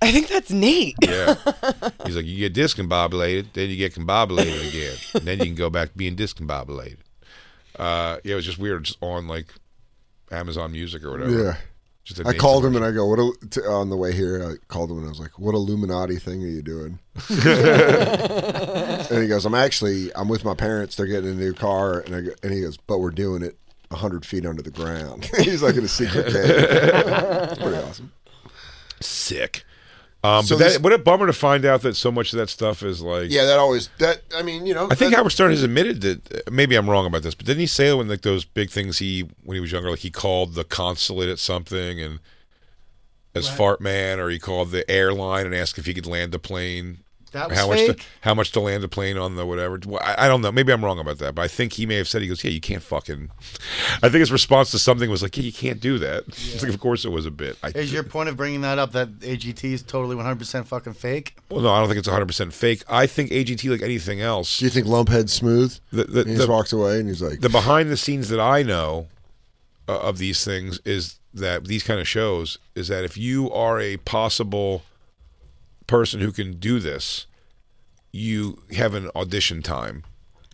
Speaker 5: I think that's Nate.
Speaker 4: Yeah. He's like, you get discombobulated, then you get combobulated again, and then you can go back to being discombobulated. Uh, yeah, it was just weird, just on like Amazon Music or whatever.
Speaker 6: Yeah.
Speaker 4: Just a
Speaker 6: I
Speaker 4: Nate
Speaker 6: called him
Speaker 4: commercial.
Speaker 6: and I go, "What?" il- T- uh, on the way here, I called him and I was like, "What Illuminati thing are you doing?" and he goes, "I'm actually, I'm with my parents. They're getting a new car." And I go, and he goes, "But we're doing it hundred feet under the ground." He's like in a secret cave. It's pretty awesome.
Speaker 4: sick. Um,
Speaker 6: So
Speaker 4: but that,
Speaker 6: this-
Speaker 4: what a bummer to find out that so much of that stuff is like.
Speaker 6: Yeah, that always that. I mean, you know,
Speaker 4: I think
Speaker 6: that-
Speaker 4: Howard Stern has admitted that. uh, Maybe I'm wrong about this, but didn't he say when like those big things he when he was younger, like he called the consulate at something and as fart man, or he called the airline and asked if he could land the plane. or
Speaker 14: That was
Speaker 4: how much
Speaker 14: fake?
Speaker 4: to, how much to land a plane on the whatever. Well, I, I don't know. Maybe I'm wrong about that, but I think he may have said he goes, "Yeah, you can't fucking." I think his response to something was like, "Yeah, you can't do that." It's like, of course it was a bit. I,
Speaker 14: Is your point of bringing that up that AGT is totally 100% fucking fake?
Speaker 4: well, no, I don't think it's 100 percent fake. I think AGT, like anything else,
Speaker 6: Do you think Lumphead's smooth?
Speaker 4: The- the-
Speaker 6: And he just
Speaker 4: the-
Speaker 6: walks away and he's like,
Speaker 4: the behind the scenes that I know uh, of these things is that these kind of shows is that if you are a possible person who can do this, you have an audition time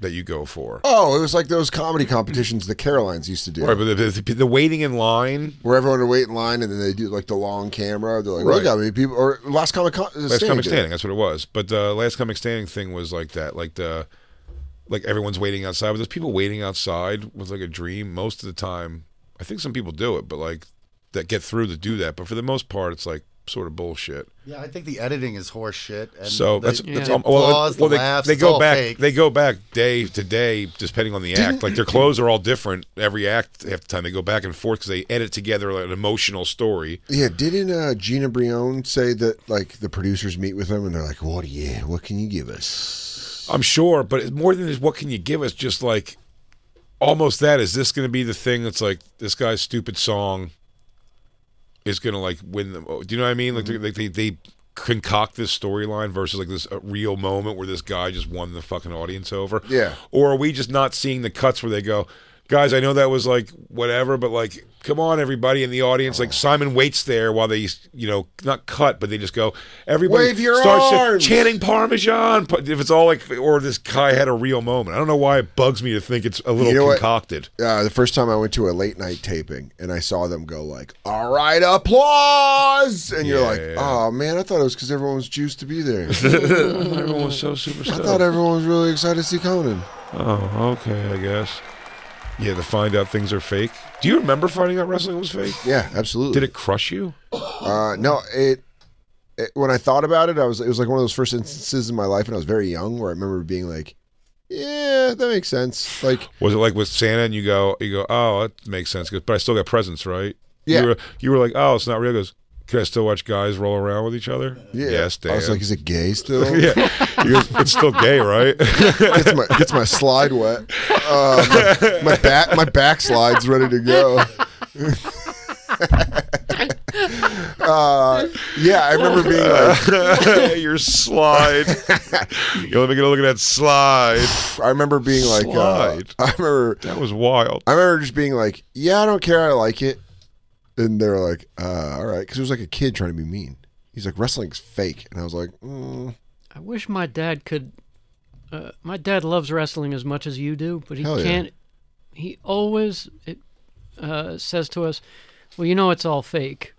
Speaker 4: that you go for.
Speaker 6: "Oh, it was like those comedy competitions the Carolines used to do."
Speaker 4: Right, but the, the, the waiting in line.
Speaker 6: where everyone would wait in line and then they do like the long camera. They're like,
Speaker 4: Right.
Speaker 6: look how many people, or last comic, Con- uh,
Speaker 4: Last
Speaker 6: Standing
Speaker 4: comic
Speaker 6: did it.
Speaker 4: standing. That's what it was. But the last comic standing thing was like that. Like the like everyone's waiting outside. But those people waiting outside was like a dream most of the time. I think some people do it, but like that get through to do that. But for the most part, it's like sort of bullshit.
Speaker 14: Yeah, I think the editing is horse shit. And
Speaker 4: so
Speaker 14: the,
Speaker 4: that's,
Speaker 14: the
Speaker 4: that's
Speaker 14: applause,
Speaker 4: um, well,
Speaker 14: the
Speaker 4: well, they,
Speaker 14: laughs,
Speaker 4: they
Speaker 14: it's
Speaker 4: go
Speaker 14: all
Speaker 4: back
Speaker 14: fake.
Speaker 4: they go back day to day depending on the act like their clothes are all different every act half the time they go back and forth because they edit together like, an emotional story
Speaker 6: Yeah, didn't uh, Gina Brion say that like the producers meet with them and they're like, "What do you? What can you give us?"
Speaker 4: I'm sure, but it's more than this, what can you give us? Just like almost that is this going to be the thing that's like this guy's stupid song is going to like win them? Do you know what I mean?
Speaker 6: Mm-hmm.
Speaker 4: Like, they, like they they concoct this storyline versus like this uh, real moment where this guy just won the fucking audience over.
Speaker 6: Yeah.
Speaker 4: Or are we just not seeing the cuts where they go? Guys, I know that was like whatever, but like, come on, everybody in the audience. Like Simon waits there while they, you know, not cut, but they just go. Everybody
Speaker 6: Wave your
Speaker 4: starts to-
Speaker 6: arms.
Speaker 4: chanting Parmesan. But If it's all like, or this guy had a real moment. I don't know why it bugs me to think it's a little
Speaker 6: You know what?
Speaker 4: concocted.
Speaker 6: Uh, the first time I went to a late night taping and I saw them go like, "All right, applause!" and you're like,
Speaker 4: Yeah.
Speaker 6: "Oh man, I thought it was because everyone was juiced to be there."
Speaker 4: Everyone was so super
Speaker 6: I
Speaker 4: stoked.
Speaker 6: thought everyone was really excited to see Conan.
Speaker 4: Oh, okay, I guess. Yeah, to find out things are fake. Do you remember finding out wrestling was fake?
Speaker 6: Yeah, absolutely.
Speaker 4: Did it crush you?
Speaker 6: Uh, no, it, it. When I thought about it, I was. It was like one of those first instances in my life, and I was very young, where I remember being like, "Yeah, that makes sense." Like,
Speaker 4: Was it like with Santa and you go, you go, oh, that makes sense. He goes, But I still got presents, right?
Speaker 6: Yeah.
Speaker 4: You were, you were like, oh, it's not real. He goes, can I still watch guys roll around with each other?
Speaker 6: yeah.
Speaker 4: Yes, Dan.
Speaker 6: I was like, "Is it gay still?"
Speaker 4: yeah. He goes, it's still gay, right?
Speaker 6: gets my gets my slide wet. Uh, my, my back my backslide's ready to go. Uh, yeah, I remember being like,
Speaker 4: "Your slide." Uh, Yo, let me get a look at that slide.
Speaker 6: I remember being like, uh,
Speaker 4: Slide.
Speaker 6: I remember
Speaker 4: That was wild.
Speaker 6: I remember just being like, "Yeah, I don't care. I like it." And they were like, uh, "All right," because it was like a kid trying to be mean. He's like, "Wrestling's fake," and I was like, mm,
Speaker 7: I wish my dad could. Uh, my dad loves wrestling as much as you do, but he
Speaker 6: Hell yeah.
Speaker 7: can't. He always it, uh, says to us, "Well, you know it's all fake,"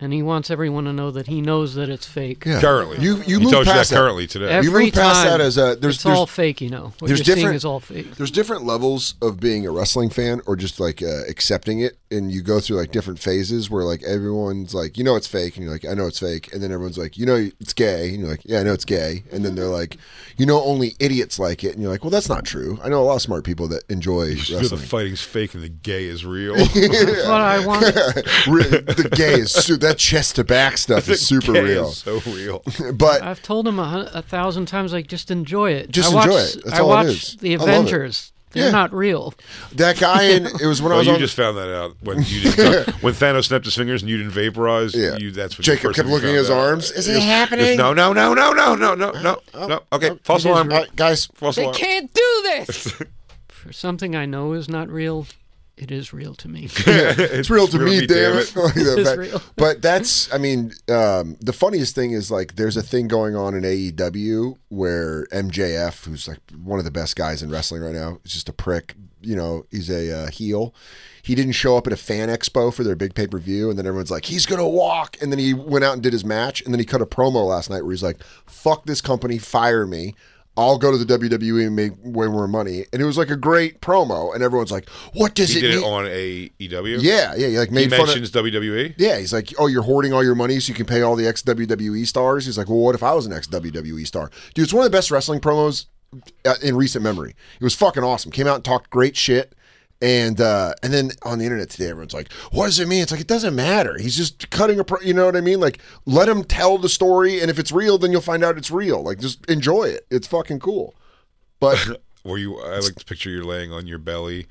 Speaker 7: and he wants everyone to know that he knows that it's fake.
Speaker 6: Yeah.
Speaker 4: Currently.
Speaker 6: you you
Speaker 4: He
Speaker 6: move
Speaker 4: told you
Speaker 6: past
Speaker 4: that currently today.
Speaker 6: You
Speaker 7: Every
Speaker 6: move past
Speaker 7: time,
Speaker 6: that as a there's
Speaker 7: it's
Speaker 6: there's-
Speaker 7: all fake, you know. What
Speaker 6: there's
Speaker 7: you're seeing
Speaker 6: different
Speaker 7: is all fake.
Speaker 6: There's different levels of being a wrestling fan or just like uh, accepting it, and you go through like different phases where like everyone's like, you know, it's fake, and you're like, I know it's fake, and then everyone's like, you know, it's gay, and you're like, yeah, I know it's gay, and then they're like, you know, only idiots like it, and you're like, well, that's not true. I know a lot of smart people that enjoy
Speaker 4: You know the
Speaker 6: wrestling.
Speaker 4: fighting's fake and the gay is real.
Speaker 7: That's what I want.
Speaker 6: Really, the gay is su- that chest to back stuff is super
Speaker 4: Gay
Speaker 6: real,
Speaker 4: Is so real.
Speaker 6: but
Speaker 7: I've told him a, hun- a thousand times, like just enjoy it.
Speaker 6: Just
Speaker 7: I watch,
Speaker 6: enjoy it. That's
Speaker 7: I
Speaker 6: all it
Speaker 7: watch
Speaker 6: is.
Speaker 7: the
Speaker 6: I love it.
Speaker 7: Avengers. They're
Speaker 6: Yeah.
Speaker 7: not real.
Speaker 6: that guy in it was when I
Speaker 4: Well,
Speaker 6: was
Speaker 4: you
Speaker 6: on
Speaker 4: just found that out when you didn't, when Thanos snapped his fingers and you didn't vaporize.
Speaker 6: Yeah.
Speaker 4: you, that's when
Speaker 6: Jacob
Speaker 4: you first
Speaker 6: kept
Speaker 4: time you
Speaker 6: looking at
Speaker 4: found
Speaker 6: his
Speaker 4: out.
Speaker 6: arms. Is it
Speaker 4: Just-
Speaker 6: happening? Uh,
Speaker 4: just, No, no, no, no, no, no, no, no, no. Okay, false
Speaker 7: it is
Speaker 4: alarm,
Speaker 7: real.
Speaker 6: All right, guys,
Speaker 4: false
Speaker 9: They
Speaker 4: alarm.
Speaker 9: can't do this.
Speaker 7: For something I know is not real, it is real to me.
Speaker 6: it's real to me, damn it. Like that
Speaker 7: It's
Speaker 6: fact.
Speaker 7: real.
Speaker 6: But that's, I mean, um, the funniest thing is like there's a thing going on in AEW where MJF, who's like one of the best guys in wrestling right now, is just a prick. You know, he's a uh, heel. He didn't show up at a fan expo for their big pay per view, and then everyone's like, he's gonna walk. And then he went out and did his match, and then he cut a promo last night where he's like, "Fuck this company, fire me." I'll go to the WWE and make way more money. And it was like a great promo. And everyone's like, what does
Speaker 4: He
Speaker 6: it
Speaker 4: did it
Speaker 6: mean?
Speaker 4: on AEW.
Speaker 6: Yeah, yeah, he, like made
Speaker 4: he
Speaker 6: fun
Speaker 4: mentions E?
Speaker 6: of.
Speaker 4: WWE.
Speaker 6: Yeah, he's like, oh, you're hoarding all your money so you can pay all the ex WWE stars. He's like, well, what if I was an ex WWE star, dude? It's one of the best wrestling promos uh, in recent memory. It was fucking awesome. Came out and talked great shit. And uh, and then on the internet today, everyone's like, "What does it mean?" It's like it doesn't matter. He's just cutting a, pro- you know what I mean? Like, let him tell the story, and if it's real, then you'll find out it's real. Like, just enjoy it. It's fucking cool. But
Speaker 4: Were you? I like to picture you're laying on your belly,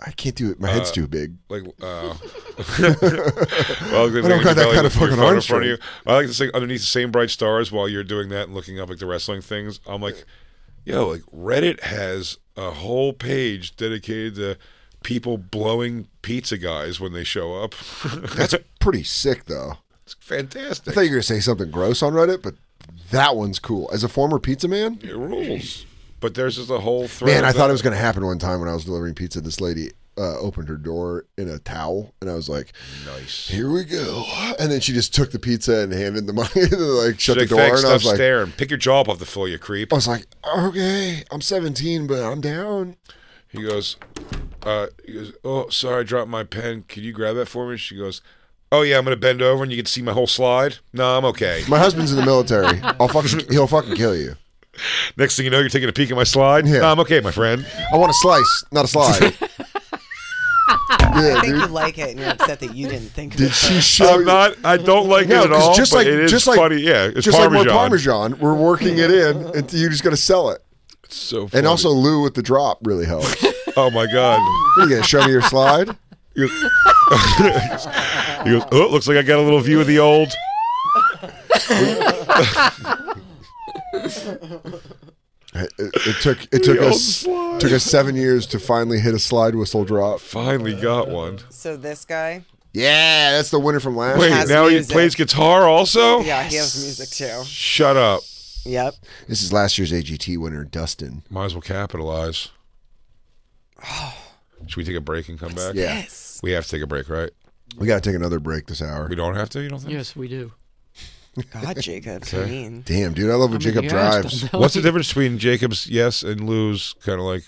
Speaker 6: I can't do it. My head's too big.
Speaker 4: like. Uh, well,
Speaker 6: I don't got that kind of fucking
Speaker 4: phone in
Speaker 6: arm
Speaker 4: front of you.
Speaker 6: strength.
Speaker 4: I like to say underneath the same bright stars while you're doing that and looking up like the wrestling things. I'm like, yo, like Reddit has a whole page dedicated to people blowing pizza guys when they show up.
Speaker 6: That's pretty sick, though.
Speaker 4: it's
Speaker 6: I
Speaker 4: fantastic.
Speaker 6: thought you were going to say something gross on Reddit, but that one's cool. As a former pizza man,
Speaker 4: It rules. But there's just a whole thread.
Speaker 6: man, I
Speaker 4: of
Speaker 6: thought
Speaker 4: that.
Speaker 6: it was going to happen one time when I was delivering pizza. This lady uh, opened her door in a towel, and I was like,
Speaker 4: nice.
Speaker 6: "Here we go!" And then she just took the pizza and handed the money, and like shut
Speaker 4: She's
Speaker 6: the
Speaker 4: like,
Speaker 6: door.
Speaker 4: "Thanks,
Speaker 6: And I was
Speaker 4: stop
Speaker 6: like, I
Speaker 4: staring. Pick your jaw up off the floor, you creep.
Speaker 6: was like, "Okay, I'm 17, but I'm down."
Speaker 4: He goes, uh, he goes, oh, sorry, I dropped my pen. Could you grab that for me? She goes, oh yeah, I'm gonna bend over and you can see my whole slide. No, I'm okay.
Speaker 6: My husband's in the military. I'll fucking, he'll fucking kill you.
Speaker 4: Next thing you know, you're taking a peek at my slide.
Speaker 6: Yeah.
Speaker 4: No, I'm okay, my friend.
Speaker 6: I want a slice, not a slide.
Speaker 5: I
Speaker 6: yeah,
Speaker 5: think you
Speaker 6: dude.
Speaker 5: like it, and you're upset that you didn't think. of
Speaker 6: Did
Speaker 5: it
Speaker 6: she
Speaker 5: first.
Speaker 6: show?
Speaker 4: I'm not. I don't like
Speaker 6: No,
Speaker 4: it at
Speaker 6: 'cause
Speaker 4: all.
Speaker 6: just
Speaker 4: but
Speaker 6: like
Speaker 4: it is
Speaker 6: just like
Speaker 4: funny. Yeah, it's
Speaker 6: just
Speaker 4: parmesan.
Speaker 6: like more parmesan. We're working it in, and you just got to sell it.
Speaker 4: It's so funny.
Speaker 6: And also, Lou with the drop really helps. What,
Speaker 4: oh my god.
Speaker 6: you gonna show me your slide?
Speaker 4: He goes, he goes, oh, looks like I got a little view of the old.
Speaker 6: It, it- it took it took
Speaker 4: The old
Speaker 6: us
Speaker 4: slide.
Speaker 6: took us seven years to finally hit a slide whistle drop.
Speaker 4: Finally got one.
Speaker 5: So this guy,
Speaker 6: Yeah, that's the winner from last.
Speaker 4: Wait,
Speaker 6: year.
Speaker 5: Has
Speaker 4: now
Speaker 5: music.
Speaker 4: he plays guitar also.
Speaker 5: yeah, he has music too.
Speaker 4: Shut up.
Speaker 5: Yep.
Speaker 6: This is last year's AGT winner, Dustin.
Speaker 4: Might as well capitalize. Should we take a break and come back?
Speaker 6: Yeah,
Speaker 4: We have to take a break, right?
Speaker 6: we got to take another break this hour.
Speaker 4: We don't have to, you don't think?
Speaker 7: yes, we do.
Speaker 5: God, Jacob,
Speaker 4: Okay.
Speaker 5: mean.
Speaker 6: Damn, dude, I love when
Speaker 7: I mean,
Speaker 6: Jacob
Speaker 7: you asked
Speaker 6: drives.
Speaker 7: him.
Speaker 4: What's the difference between Jacob's yes and Lou's kind of like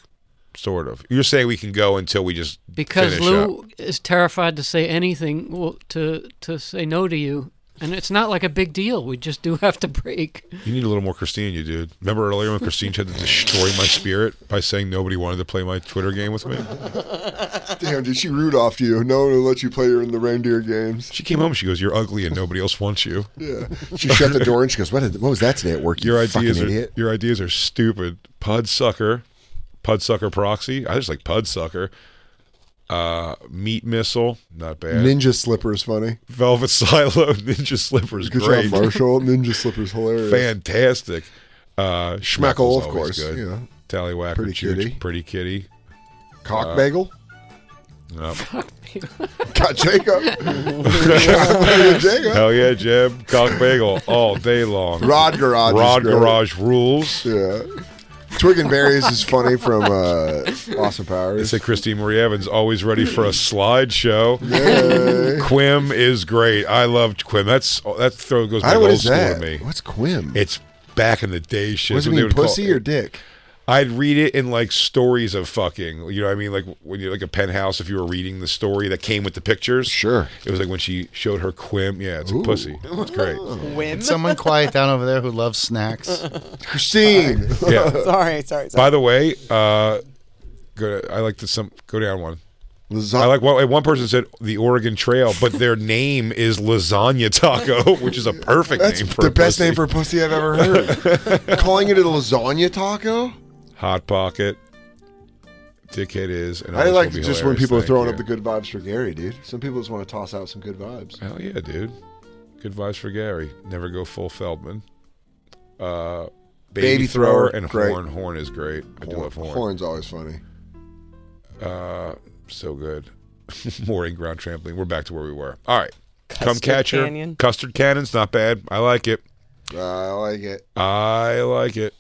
Speaker 4: sort of? You're saying we can go until we just
Speaker 7: Because
Speaker 4: finish
Speaker 7: Lou
Speaker 4: up.
Speaker 7: is terrified to say anything well, to to say no to you, and it's not like a big deal. We just do have to break.
Speaker 4: You need a little more Christine, you dude. Remember earlier when Christine tried to destroy my spirit by saying nobody wanted to play my Twitter game with me?
Speaker 6: Damn, did she root off you? No one will let you play her in the reindeer games.
Speaker 4: She came home, she goes, You're ugly and nobody else wants you.
Speaker 6: Yeah, she shut the door and she goes, "What? did- what was that today at work? You
Speaker 4: Your
Speaker 6: fucking
Speaker 4: ideas are
Speaker 6: idiot."
Speaker 4: your ideas are stupid. Pudsucker. Pudsucker proxy. I just like Pudsucker. Uh, meat missile, not bad.
Speaker 6: Ninja slippers, funny.
Speaker 4: Velvet Silo, Ninja Slippers,
Speaker 6: Good
Speaker 4: great.
Speaker 6: job, Marshall. Ninja slippers, hilarious.
Speaker 4: Fantastic. Uh,
Speaker 6: Schmeckle,
Speaker 4: Schmeckle's
Speaker 6: of
Speaker 4: always
Speaker 6: course,
Speaker 4: Good.
Speaker 6: yeah.
Speaker 4: Tallywhacker,
Speaker 6: Pretty
Speaker 4: Chooch,
Speaker 6: Kitty.
Speaker 4: Pretty Kitty.
Speaker 6: Cock
Speaker 4: Uh,
Speaker 6: bagel.
Speaker 4: Nope.
Speaker 6: Got Jacob. Jacob.
Speaker 4: Hell yeah, Jeb. Cock bagel all day long.
Speaker 6: Rod Garage is
Speaker 4: Rod
Speaker 6: great.
Speaker 4: Garage rules.
Speaker 6: Yeah. Twig and Berries is funny from uh, Austin
Speaker 4: It's
Speaker 6: Powers.
Speaker 4: a Christine Marie Evans, always ready for a slideshow.
Speaker 6: Yay.
Speaker 4: Quim is great. I loved Quim. That's that throw goes
Speaker 6: I-
Speaker 4: back
Speaker 6: what
Speaker 4: old
Speaker 6: is
Speaker 4: school
Speaker 6: that?
Speaker 4: to me.
Speaker 6: What's Quim?
Speaker 4: It's back in the day shit.
Speaker 6: What does it
Speaker 4: when they
Speaker 6: mean,
Speaker 4: would call-
Speaker 6: pussy or dick?
Speaker 4: I'd read it in like stories of fucking. You know what I mean? Like when you're like a penthouse, if you were reading the story that came with the pictures. Sure. It was like when she showed her Quim. Yeah, it's a pussy. It's great.
Speaker 14: Can someone quiet down over there who loves snacks?
Speaker 6: Christine.
Speaker 4: Yeah.
Speaker 5: sorry, sorry, sorry.
Speaker 4: By the way, uh, go, I like to some go down one. I like one, one person said the Oregon Trail, but their name is Lasagna Taco, which is a perfect
Speaker 6: That's
Speaker 4: name for
Speaker 6: the
Speaker 4: a
Speaker 6: best
Speaker 4: pussy.
Speaker 6: name for a pussy I've ever heard. Calling it a lasagna taco?
Speaker 4: Hot Pocket. Dickhead is. And
Speaker 6: I
Speaker 4: always
Speaker 6: like
Speaker 4: will be
Speaker 6: just when
Speaker 4: hilarious.
Speaker 6: people are
Speaker 4: Thank
Speaker 6: throwing
Speaker 4: you.
Speaker 6: up the good vibes for Gary, dude. Some people just want to toss out some good vibes.
Speaker 4: Hell yeah, dude. Good vibes for Gary. Never go full Feldman. Uh, baby,
Speaker 6: Baby
Speaker 4: thrower,
Speaker 6: Thrower,
Speaker 4: and
Speaker 6: great.
Speaker 4: horn. Horn is great. I do love horn.
Speaker 6: Horn's always funny.
Speaker 4: Uh, so good. More in-ground trampling. We're back to where we were. All right. Come
Speaker 5: Custard
Speaker 4: catcher.
Speaker 5: Canyon.
Speaker 4: Custard cannons. Not bad. I like it.
Speaker 6: I like it.
Speaker 4: I like it.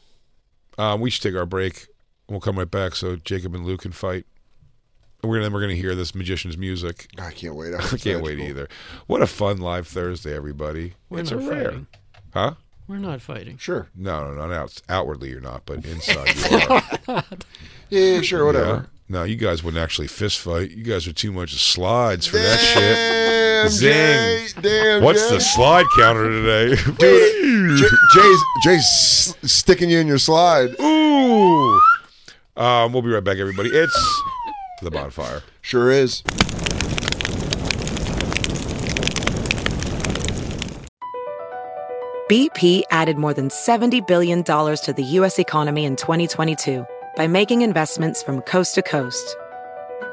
Speaker 4: Um, we should take our break. We'll come right back so Jacob and Lou can fight. And We're then we're gonna hear this magician's music.
Speaker 6: I can't wait.
Speaker 4: I can't wait either. What a fun live Thursday, everybody!
Speaker 7: We're
Speaker 4: it's a
Speaker 7: not
Speaker 4: rare,
Speaker 7: fighting.
Speaker 4: huh?
Speaker 7: We're not fighting.
Speaker 6: Sure.
Speaker 4: No, no, not out, outwardly you're not, but inside you are.
Speaker 6: Yeah, sure,
Speaker 4: Yeah.
Speaker 6: whatever.
Speaker 4: No, you guys wouldn't actually fist fight. You guys are too much slides for that shit. Zing.
Speaker 6: Jay, damn,
Speaker 4: What's
Speaker 6: Jay.
Speaker 4: the slide counter today?
Speaker 6: Dude, J- Jay's Jay's s- sticking you in your slide.
Speaker 4: Ooh. Um, we'll be right back, everybody. It's the bonfire.
Speaker 6: Sure is.
Speaker 15: BP added more than $70 billion to the U.S. economy in 2022 by making investments from coast to coast.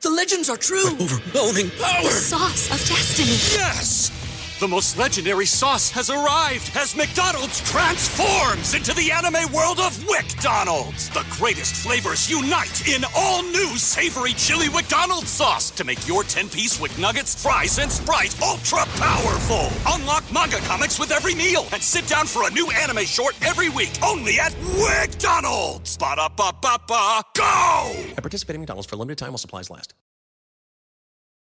Speaker 16: The legends are true. overwhelming power! sauce of destiny. Yes! The most legendary sauce has arrived as McDonald's transforms into the anime world of WickDonald's. The greatest flavors unite in all new savory chili McDonald's sauce to make your 10-piece Wick Nuggets, fries, and Sprite ultra-powerful. Unlock manga comics with every meal and sit down for a new anime short every week only at WickDonald's. Ba-da-ba-ba-ba, go!
Speaker 17: At participating McDonald's for a limited time while supplies last.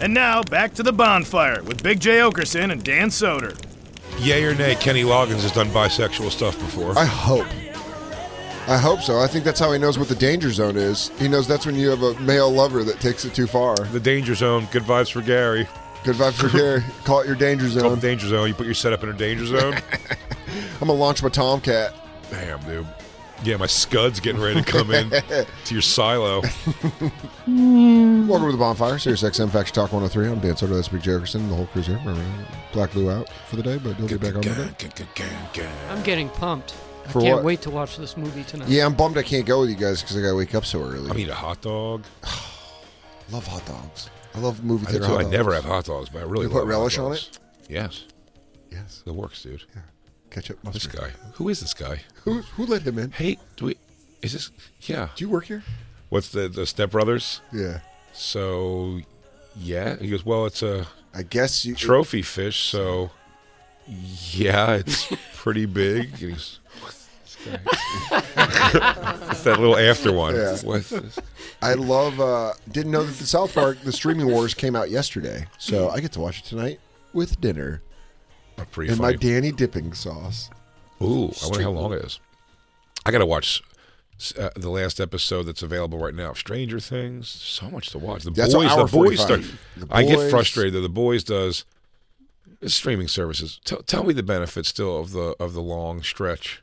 Speaker 2: And now, back to the bonfire with Big J. Okerson and Dan Soder.
Speaker 4: Yay or nay, Kenny Loggins has done bisexual stuff before.
Speaker 6: I hope. I hope so. I think that's how he knows what the danger zone is. He knows that's when you have a male lover that takes it too far. The
Speaker 4: danger zone. Good vibes for Gary.
Speaker 6: Good vibes for Gary. Call it your danger
Speaker 4: It's called
Speaker 6: zone.
Speaker 4: the danger zone. You put your setup in a danger zone.
Speaker 6: I'm gonna launch my Tomcat.
Speaker 4: Damn, dude. Yeah, my scud's getting ready to come in to your silo.
Speaker 6: Welcome to the bonfire, Sirius XM Faction Talk 103. I'm Dan Soder, that's Big Jerkerson, the whole crew's here. Remember, Black Lou out for the day, but he'll be back on Monday.
Speaker 7: I'm getting pumped. I
Speaker 6: For
Speaker 7: can't
Speaker 6: what?
Speaker 7: wait to watch this movie tonight.
Speaker 6: Yeah, I'm bummed I can't go with you guys because I got to wake up so early.
Speaker 4: I eat a hot dog.
Speaker 6: love hot dogs. I love movie
Speaker 4: I,
Speaker 6: theater
Speaker 4: do-
Speaker 6: hot
Speaker 4: I
Speaker 6: dogs.
Speaker 4: never have hot dogs, but I really
Speaker 6: You put
Speaker 4: love hot
Speaker 6: relish on
Speaker 4: dogs.
Speaker 6: it?
Speaker 4: Yes,
Speaker 6: Yes.
Speaker 4: it works, dude.
Speaker 6: Ketchup,
Speaker 4: This
Speaker 6: mustard.
Speaker 4: guy. Who is this guy?
Speaker 6: Who, who let him in?
Speaker 4: Hey, do we? Is this? Yeah.
Speaker 6: Do you work here?
Speaker 4: What's the the Step Brothers?
Speaker 6: Yeah.
Speaker 4: So, yeah. He goes. Well, it's a
Speaker 6: I guess you
Speaker 4: trophy fish. So, yeah, it's pretty big. And he goes, "What's this guy?" it's that little after one.
Speaker 6: Yeah.
Speaker 4: What's this?
Speaker 6: I love. Uh, didn't know that the South Park, the streaming wars, came out yesterday, so I get to watch it tonight with dinner
Speaker 4: Pretty
Speaker 6: and my
Speaker 4: funny.
Speaker 6: Danny dipping sauce.
Speaker 4: Ooh, I wonder
Speaker 6: Street
Speaker 4: how long it is. I got to watch uh, the last episode that's available right now. of Stranger Things. So much to watch. The
Speaker 6: That's an
Speaker 4: boys.
Speaker 6: hour
Speaker 4: The
Speaker 6: 45.
Speaker 4: boys start.
Speaker 6: The
Speaker 4: I get
Speaker 6: Boys.
Speaker 4: frustrated that the boys does streaming services. Tell, tell me the benefits still of the of the long stretch.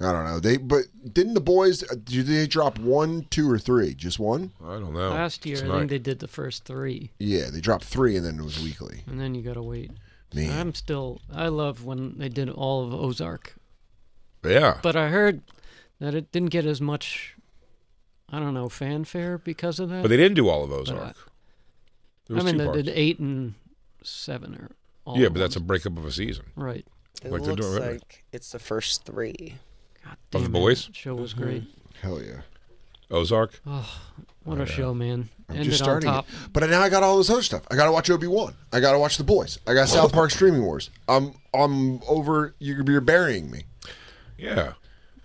Speaker 6: I don't know. They but didn't the boys? uh, Did they drop one, two, or three? Just one?
Speaker 4: I don't
Speaker 6: Oh,
Speaker 4: know.
Speaker 7: Last year, I think they did the first three,
Speaker 6: Yeah, they dropped three, and then it was weekly.
Speaker 7: and then you gotta wait.
Speaker 6: Man.
Speaker 7: I'm still. I love when they did all of Ozark,
Speaker 4: Yeah.
Speaker 7: but I heard that it didn't get as much. I don't know fanfare because of that.
Speaker 4: But they didn't do all of Ozark.
Speaker 7: Mm. But uh,
Speaker 4: There
Speaker 7: I, I
Speaker 4: was
Speaker 7: mean,
Speaker 4: two
Speaker 7: they
Speaker 4: parts.
Speaker 7: did eight and seven or. All
Speaker 4: yeah,
Speaker 7: at
Speaker 4: but that's a
Speaker 7: once.
Speaker 4: breakup of a season.
Speaker 7: right.
Speaker 5: It
Speaker 4: Like they're
Speaker 5: looks
Speaker 4: doing it right.
Speaker 5: like it's the first three.
Speaker 4: Of the
Speaker 7: Damn,
Speaker 4: boys.
Speaker 7: that Mm-hmm. Show was great.
Speaker 6: Mm-hmm. Hell yeah!
Speaker 4: Ozark.
Speaker 7: Oh, what a show, man!
Speaker 6: uh, I'm
Speaker 7: Ended
Speaker 6: just
Speaker 7: on
Speaker 6: starting
Speaker 7: top.
Speaker 6: it, but now I got all this other stuff. I got to watch Obi Wan. I got to watch The Boys. I got South Park streaming wars. I'm I'm over. You're, you're burying me.
Speaker 4: Yeah.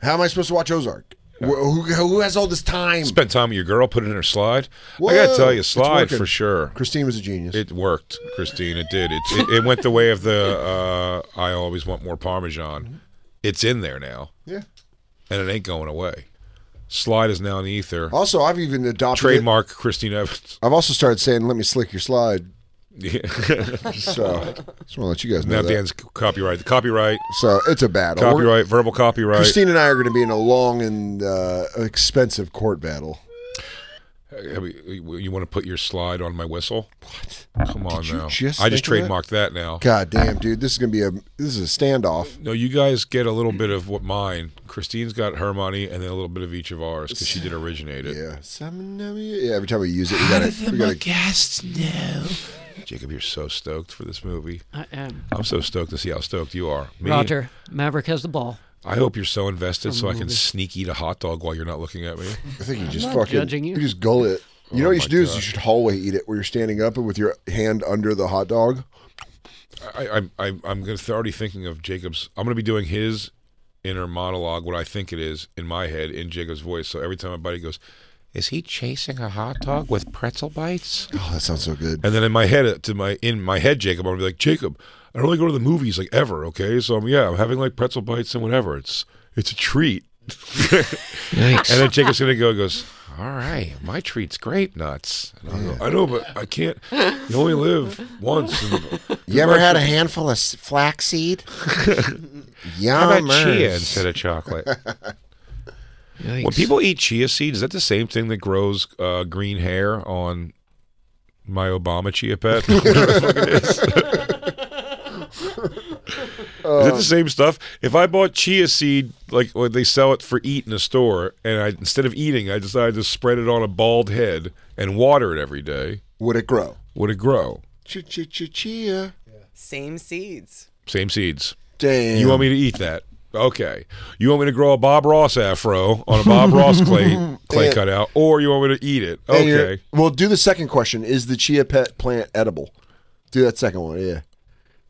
Speaker 6: How am I supposed to watch Ozark? Wh- Who, who has all this time?
Speaker 4: Spent time with your girl. Put it in her slide. I gotta tell
Speaker 6: Whoa,
Speaker 4: you,
Speaker 6: it's
Speaker 4: slide
Speaker 6: working.
Speaker 4: for sure.
Speaker 6: Christine was a genius.
Speaker 4: It worked, Christine. It did. It, it, it went the way of the uh, I always want more Parmesan. It's in there now,
Speaker 6: Mm-hmm. yeah.
Speaker 4: and it ain't going away. Slide is now in the ether.
Speaker 6: Also, I've even adopted
Speaker 4: Trademark Christine Evans.
Speaker 6: It. I've also started saying, "Let me slick your slide."
Speaker 4: Yeah.
Speaker 6: So, just want to let you guys know
Speaker 4: now
Speaker 6: that.
Speaker 4: Dan's copyright. The copyright.
Speaker 6: So it's a battle. We're-
Speaker 4: Copyright. Verbal copyright.
Speaker 6: Christine and I are going to be in a long and uh, expensive court battle.
Speaker 4: Uh, You want to put your slide on my whistle? What? Come on
Speaker 6: you
Speaker 4: now.
Speaker 6: just
Speaker 4: I just
Speaker 6: think of that?
Speaker 4: trademarked that now.
Speaker 6: God damn, dude, this is going to be a this is a standoff.
Speaker 4: No, you guys get a little bit of what mine. Christine's got her money, and then a little bit of each of ours because she did originate it.
Speaker 6: Yeah, Some- yeah. Every time we use it, we got to we got to
Speaker 4: guests know? Jacob, you're so stoked for this movie.
Speaker 7: I am.
Speaker 4: I'm so stoked to see how stoked you are. Me,
Speaker 7: Roger Maverick has the ball.
Speaker 4: I hope you're so invested
Speaker 7: From
Speaker 4: so
Speaker 7: the
Speaker 4: I can
Speaker 7: movie.
Speaker 4: sneak eat a hot dog while you're not looking at me.
Speaker 6: I think you just
Speaker 7: not
Speaker 6: fucking
Speaker 7: judging you.
Speaker 6: you just gull it. You know
Speaker 4: Oh
Speaker 6: what you
Speaker 4: my
Speaker 6: should do is
Speaker 4: God.
Speaker 6: you should hallway eat it where you're standing up and with your hand under the hot dog.
Speaker 4: I, I, I, I'm gonna already thinking of Jacob's. I'm going to be doing his inner monologue, what I think it is, in my head, in Jacob's voice. So every time my buddy goes, Is he chasing a hot dog with pretzel bites?
Speaker 6: Oh, that sounds so good.
Speaker 4: And then in my head, uh, to my in my head, Jacob, I'm gonna be like, Jacob, I don't really go to the movies like ever. Okay, so I'm yeah, I'm having like pretzel bites and whatever. It's it's a treat. And then Jacob's gonna go and goes, all right, my treat's grape nuts. And I'll go, I know, but I can't. You only live once. And,
Speaker 6: You ever had a handful of s- flaxseed?
Speaker 4: How
Speaker 6: Yum.
Speaker 4: about chia instead of chocolate? When people eat chia seeds, is that the same thing that grows uh, green hair on my Obama chia pet? Whatever the fuck it is. Is
Speaker 6: Oh.
Speaker 4: it the same stuff? If I bought chia seed, like when they sell it for eat in a store, and I instead of eating, I decided to spread it on a bald head and water it every day,
Speaker 6: Would it grow?
Speaker 4: would it grow?
Speaker 6: Ch ch ch chia.
Speaker 5: Same seeds.
Speaker 4: Same seeds.
Speaker 6: Damn.
Speaker 4: You want me to eat that? Okay. You want me to grow a Bob Ross afro on a Bob Ross clay clay
Speaker 6: Yeah.
Speaker 4: cutout, or you want me to eat it?
Speaker 6: Uh, And you're-
Speaker 4: Okay.
Speaker 6: Well, do the second question. Is the chia pet plant edible? Do that second one. Yeah.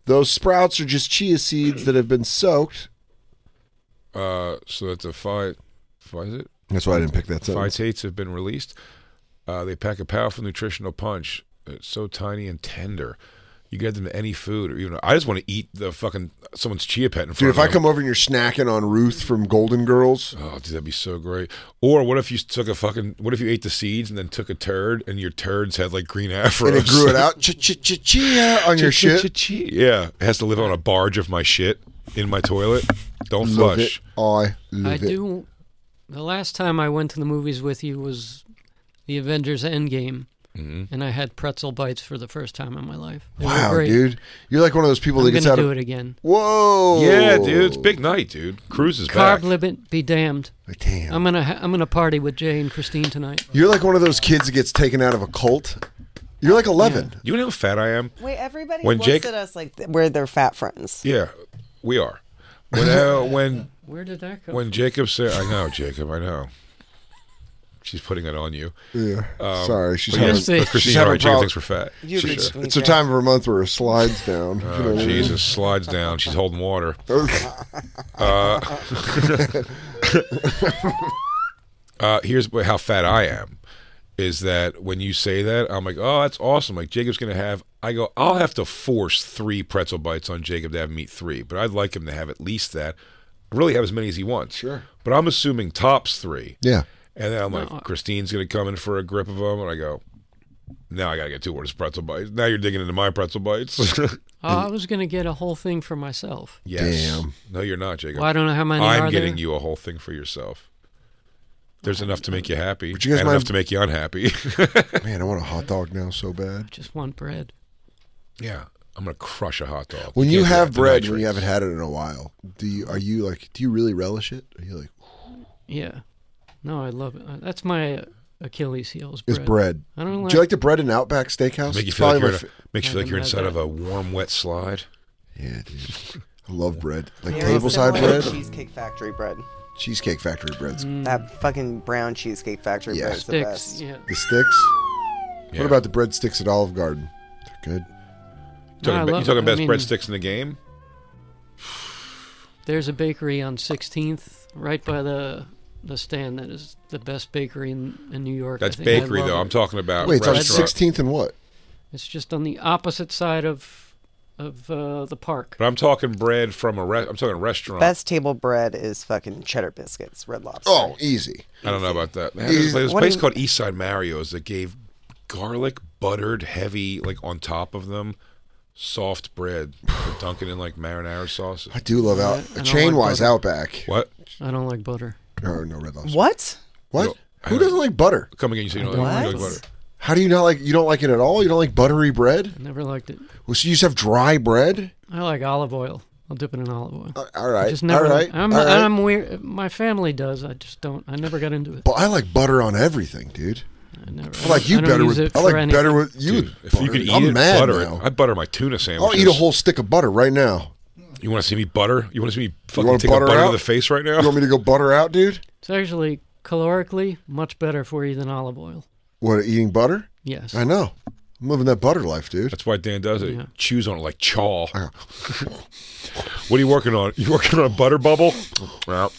Speaker 6: Those sprouts are just chia seeds that have been soaked.
Speaker 4: Uh, so that's a five. What is it?
Speaker 6: That's why I didn't pick that
Speaker 4: Five tates have been released. Uh, they pack a powerful nutritional punch. It's so tiny and tender. You get them to any food, or even I just want to eat the fucking someone's chia pet in front
Speaker 6: Dude, if
Speaker 4: of
Speaker 6: I
Speaker 4: me.
Speaker 6: come over and you're snacking on Ruth from Golden Girls,
Speaker 4: Oh, dude, that'd be so great. Or what if you took a fucking? What if you ate the seeds and then took a turd, and your turds had like green afros?
Speaker 6: and it grew it out, ch ch ch chia on your shit.
Speaker 4: Ch-ch-ch-ch. Yeah, it has to live on a barge of my shit in my toilet. Don't
Speaker 6: Love it.
Speaker 4: flush.
Speaker 6: I love
Speaker 7: I
Speaker 6: it.
Speaker 7: do. The last time I went to the movies with you was the Avengers Endgame.
Speaker 6: Mhm.
Speaker 4: Mm-hmm.
Speaker 7: And I had pretzel bites for the first time in my life. They were
Speaker 6: Wow,
Speaker 7: great.
Speaker 6: dude, you're like one of those people
Speaker 7: I'm
Speaker 6: that gets
Speaker 7: gonna
Speaker 6: out
Speaker 7: do
Speaker 6: of
Speaker 7: it again.
Speaker 6: Whoa,
Speaker 4: Yeah, dude, it's big night, dude. Cruise is back.
Speaker 7: Carb limit be damned.
Speaker 6: Damn.
Speaker 7: I'm gonna ha- I'm gonna party with Jay and Christine tonight.
Speaker 6: You're like one of those kids that gets taken out of a cult. You're like 11.
Speaker 4: You know how fat I am?
Speaker 5: Wait, everybody
Speaker 4: When
Speaker 5: looks
Speaker 4: Jake-
Speaker 5: at us like th- we're their fat friends.
Speaker 4: Yeah, we are. When uh, when
Speaker 7: Where did that come
Speaker 4: when
Speaker 7: from?
Speaker 4: Jacob said, "I know, Jacob, I know." She's putting it on you. Um,
Speaker 6: Yeah. Sorry, she's
Speaker 4: but
Speaker 6: having-
Speaker 4: yes, but
Speaker 6: she's
Speaker 4: Christine,
Speaker 6: having
Speaker 4: all right, Jacob
Speaker 6: prob-
Speaker 4: thinks we're fat.
Speaker 6: You
Speaker 4: She's-
Speaker 6: reached me, It's a Jack. time of her month where her slides down. You know
Speaker 4: Oh,
Speaker 6: what I mean?
Speaker 4: Jesus, slides down. She's holding water. uh, uh, here's wh- how fat I am. Is that when you say that I'm like, oh, that's awesome. Like Jacob's gonna have. I go, I'll have to force three pretzel bites on Jacob to have him eat three, but I'd like him to have at least that. Really have as many as he wants. Sure. But I'm assuming tops three.
Speaker 6: Yeah.
Speaker 4: And then I'm like, Christine's gonna come in for a grip of them, and I go, now I gotta get two orders of pretzel bites. Now you're digging into my pretzel bites.
Speaker 7: Oh, I was gonna get a whole thing for myself.
Speaker 4: Yes. No, you're not, Jacob.
Speaker 7: Well, I don't know how many
Speaker 4: I'm
Speaker 7: are
Speaker 4: getting
Speaker 7: there.
Speaker 4: you a whole thing for yourself. There's enough to make you happy.
Speaker 6: you guys
Speaker 4: and
Speaker 6: mind-
Speaker 4: enough to make you unhappy.
Speaker 6: Man, I want a hot dog now so bad.
Speaker 7: Just want bread.
Speaker 4: yeah, I'm gonna crush a hot dog.
Speaker 6: When you,
Speaker 4: can't do
Speaker 6: have
Speaker 4: that to
Speaker 6: bread
Speaker 4: nitrates.
Speaker 6: when you haven't had it in a while, do you are you like do you really relish it? Are you like
Speaker 7: Yeah. No, I love it. Uh, That's my Achilles heel. Is bread.
Speaker 6: is bread?
Speaker 7: I don't
Speaker 6: Do you like the bread in Outback Steakhouse?
Speaker 4: make you
Speaker 6: It's
Speaker 4: feel
Speaker 6: probably
Speaker 4: like you're,
Speaker 6: my
Speaker 4: in a-
Speaker 6: fa-
Speaker 4: makes you feel like you're inside of a warm, wet slide?
Speaker 6: Yeah, dude. I love bread. Like
Speaker 5: Very
Speaker 6: tableside
Speaker 5: similar
Speaker 6: bread.
Speaker 5: to Cheesecake Factory bread.
Speaker 6: Cheesecake Factory bread's
Speaker 4: Mm.
Speaker 5: That fucking brown Cheesecake Factory
Speaker 6: Yeah.
Speaker 5: bread's the best.
Speaker 6: The sticks.
Speaker 4: Yeah.
Speaker 6: What about the bread sticks at Olive Garden? They're good.
Speaker 4: You talking, about, you talking best
Speaker 7: mean-
Speaker 4: breadsticks in the game?
Speaker 7: There's a bakery on 16th, right by the the stand. That is the best bakery in, in New York. I
Speaker 4: That's
Speaker 7: think. I
Speaker 4: bakery,
Speaker 7: love
Speaker 4: though.
Speaker 7: it.
Speaker 4: I'm talking about
Speaker 6: Wait, it's on
Speaker 4: restaurant.
Speaker 6: 16th and what?
Speaker 7: It's just on the opposite side of of uh, the park.
Speaker 4: But I'm talking bread from a re- I'm talking restaurant.
Speaker 5: Best table bread is fucking cheddar biscuits, red lobster.
Speaker 6: Oh, easy.
Speaker 4: I don't know about that. Man,
Speaker 6: Easy.
Speaker 4: there's there's a
Speaker 5: What
Speaker 4: place
Speaker 5: is-
Speaker 4: called East Side Mario's that gave garlic buttered heavy like on top of them soft bread for dunking in like marinara sauce.
Speaker 6: I do love out
Speaker 7: I don't
Speaker 6: chain
Speaker 7: like
Speaker 6: wise
Speaker 7: butter.
Speaker 6: Outback.
Speaker 4: What?
Speaker 7: I don't like butter.
Speaker 6: No, no red lobster.
Speaker 5: What?
Speaker 6: What?
Speaker 4: No, I
Speaker 6: Who
Speaker 4: don't-
Speaker 6: doesn't like butter?
Speaker 4: Come again, you say you don't,
Speaker 7: I
Speaker 4: like,
Speaker 7: don't
Speaker 4: you
Speaker 7: like
Speaker 4: don't like butter.
Speaker 6: How do you not like? You don't like it at all. You don't like buttery bread.
Speaker 7: I never liked it.
Speaker 6: Well, so you just have dry bread.
Speaker 7: I like olive oil. I'll dip it in olive oil.
Speaker 6: Uh, all right,
Speaker 7: I just never,
Speaker 6: all right,
Speaker 7: I'm,
Speaker 6: all right.
Speaker 7: I'm weird. My family does. I just don't. I never got into it.
Speaker 6: But I like butter on everything, dude.
Speaker 7: I never.
Speaker 6: I like you
Speaker 7: I don't
Speaker 6: better
Speaker 7: use
Speaker 6: with.
Speaker 7: it
Speaker 6: I
Speaker 7: for
Speaker 6: like
Speaker 7: anything.
Speaker 6: better with you.
Speaker 4: Dude,
Speaker 6: with
Speaker 4: if you
Speaker 6: butter.
Speaker 4: could eat
Speaker 6: I'm
Speaker 4: it,
Speaker 6: mad
Speaker 4: butter
Speaker 6: now.
Speaker 4: it. I butter my tuna sandwich.
Speaker 6: I'll eat a whole stick of butter right now.
Speaker 4: You want to see me butter? You want to see me fucking
Speaker 6: wanna
Speaker 4: take
Speaker 6: butter
Speaker 4: a butter
Speaker 6: out?
Speaker 4: to the face right now?
Speaker 6: You want me to go butter out, dude?
Speaker 7: It's actually calorically much better for you than olive oil.
Speaker 6: What eating butter?
Speaker 7: Yes.
Speaker 6: I know. I'm living that butter life, dude.
Speaker 4: That's why Dan does it.
Speaker 7: Yeah.
Speaker 4: Chews on it like chaw. what are you working on? You working on a butter bubble? no.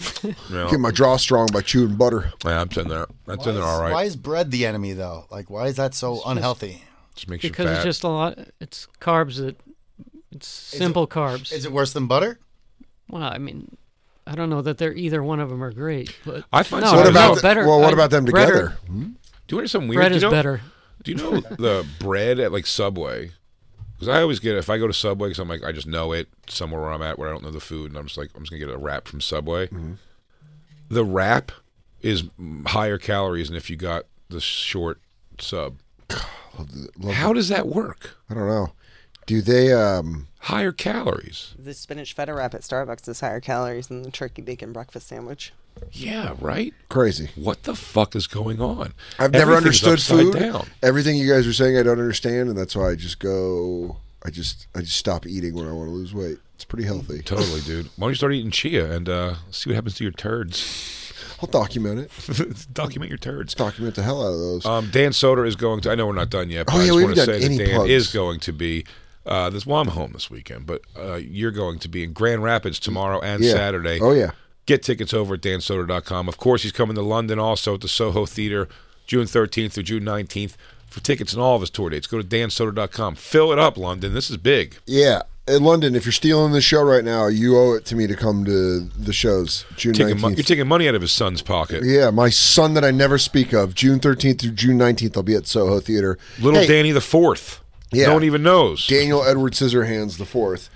Speaker 4: No.
Speaker 6: Get my jaw strong by chewing butter.
Speaker 4: Yeah, I'm sitting there. I'm sitting there all right.
Speaker 14: Why is bread the enemy though? Like, why is that so unhealthy?
Speaker 4: Just makes
Speaker 7: because
Speaker 4: you fat.
Speaker 7: it's just a lot. It's carbs that. It's simple carbs.
Speaker 14: Is it worse than butter?
Speaker 7: Well, I mean, I don't know that they're either one of them are great, but
Speaker 4: I find
Speaker 7: no,
Speaker 4: some-
Speaker 6: what
Speaker 7: no,
Speaker 6: about
Speaker 7: no,
Speaker 6: the-
Speaker 7: better.
Speaker 6: well? What
Speaker 7: I-
Speaker 6: about them
Speaker 7: breader.
Speaker 6: together? Hmm?
Speaker 4: Do you want something weird?
Speaker 7: Bread
Speaker 4: Do you
Speaker 7: is
Speaker 4: know-
Speaker 7: better.
Speaker 4: Do you know the bread at like Subway? Because I always get if I go to Subway because I'm like I just know it somewhere where I'm at where I don't know the food and I'm just like I'm just gonna get a wrap from Subway.
Speaker 6: Mm-hmm.
Speaker 4: The wrap is mm, higher calories than if you got the short sub.
Speaker 6: Love the- love
Speaker 4: How
Speaker 6: the-
Speaker 4: does that work?
Speaker 6: I don't know. Do they? um
Speaker 4: Higher calories.
Speaker 5: The spinach feta wrap at Starbucks is higher calories than the turkey bacon breakfast sandwich.
Speaker 4: Yeah, right.
Speaker 6: Crazy.
Speaker 4: What the fuck is going on?
Speaker 6: I've never
Speaker 4: Everything's
Speaker 6: understood
Speaker 4: upside
Speaker 6: food.
Speaker 4: Down.
Speaker 6: Everything you guys are saying, I don't understand, and that's why I just go. I just I just stop eating when I want to lose weight. It's pretty healthy.
Speaker 4: Totally, dude. Why don't you start eating chia and uh, see what happens to your turds?
Speaker 6: I'll document it.
Speaker 4: Document your turds.
Speaker 6: Document the hell out of those.
Speaker 4: Um, Dan Soder is going to. I know we're not done yet, but
Speaker 6: Oh,
Speaker 4: I
Speaker 6: yeah,
Speaker 4: just
Speaker 6: we
Speaker 4: want to
Speaker 6: haven't
Speaker 4: say
Speaker 6: done
Speaker 4: that
Speaker 6: any
Speaker 4: Dan
Speaker 6: plugs.
Speaker 4: is going to be. Uh, this well, I'm home this weekend, but uh, you're going to be in Grand Rapids tomorrow and
Speaker 6: Yeah.
Speaker 4: Saturday.
Speaker 6: Oh, yeah.
Speaker 4: Get tickets over at dansoder.com. Of course, he's coming to London also at the Soho Theater, June 13th through June 19th. For tickets and all of his tour dates, go to dansoder.com. Fill it up, London. This is big.
Speaker 6: yeah, in London, if you're stealing the show right now, you owe it to me to come to the shows June
Speaker 4: Taking mon- you're
Speaker 6: nineteenth.
Speaker 4: taking money out of his son's pocket.
Speaker 6: Yeah, my son that I never speak of, June thirteenth through June nineteenth, I'll be at Soho Theater.
Speaker 4: Little
Speaker 6: Hey,
Speaker 4: Danny the Fourth.
Speaker 6: Yeah.
Speaker 4: No one even knows.
Speaker 6: Daniel Edward Scissorhands the fourth.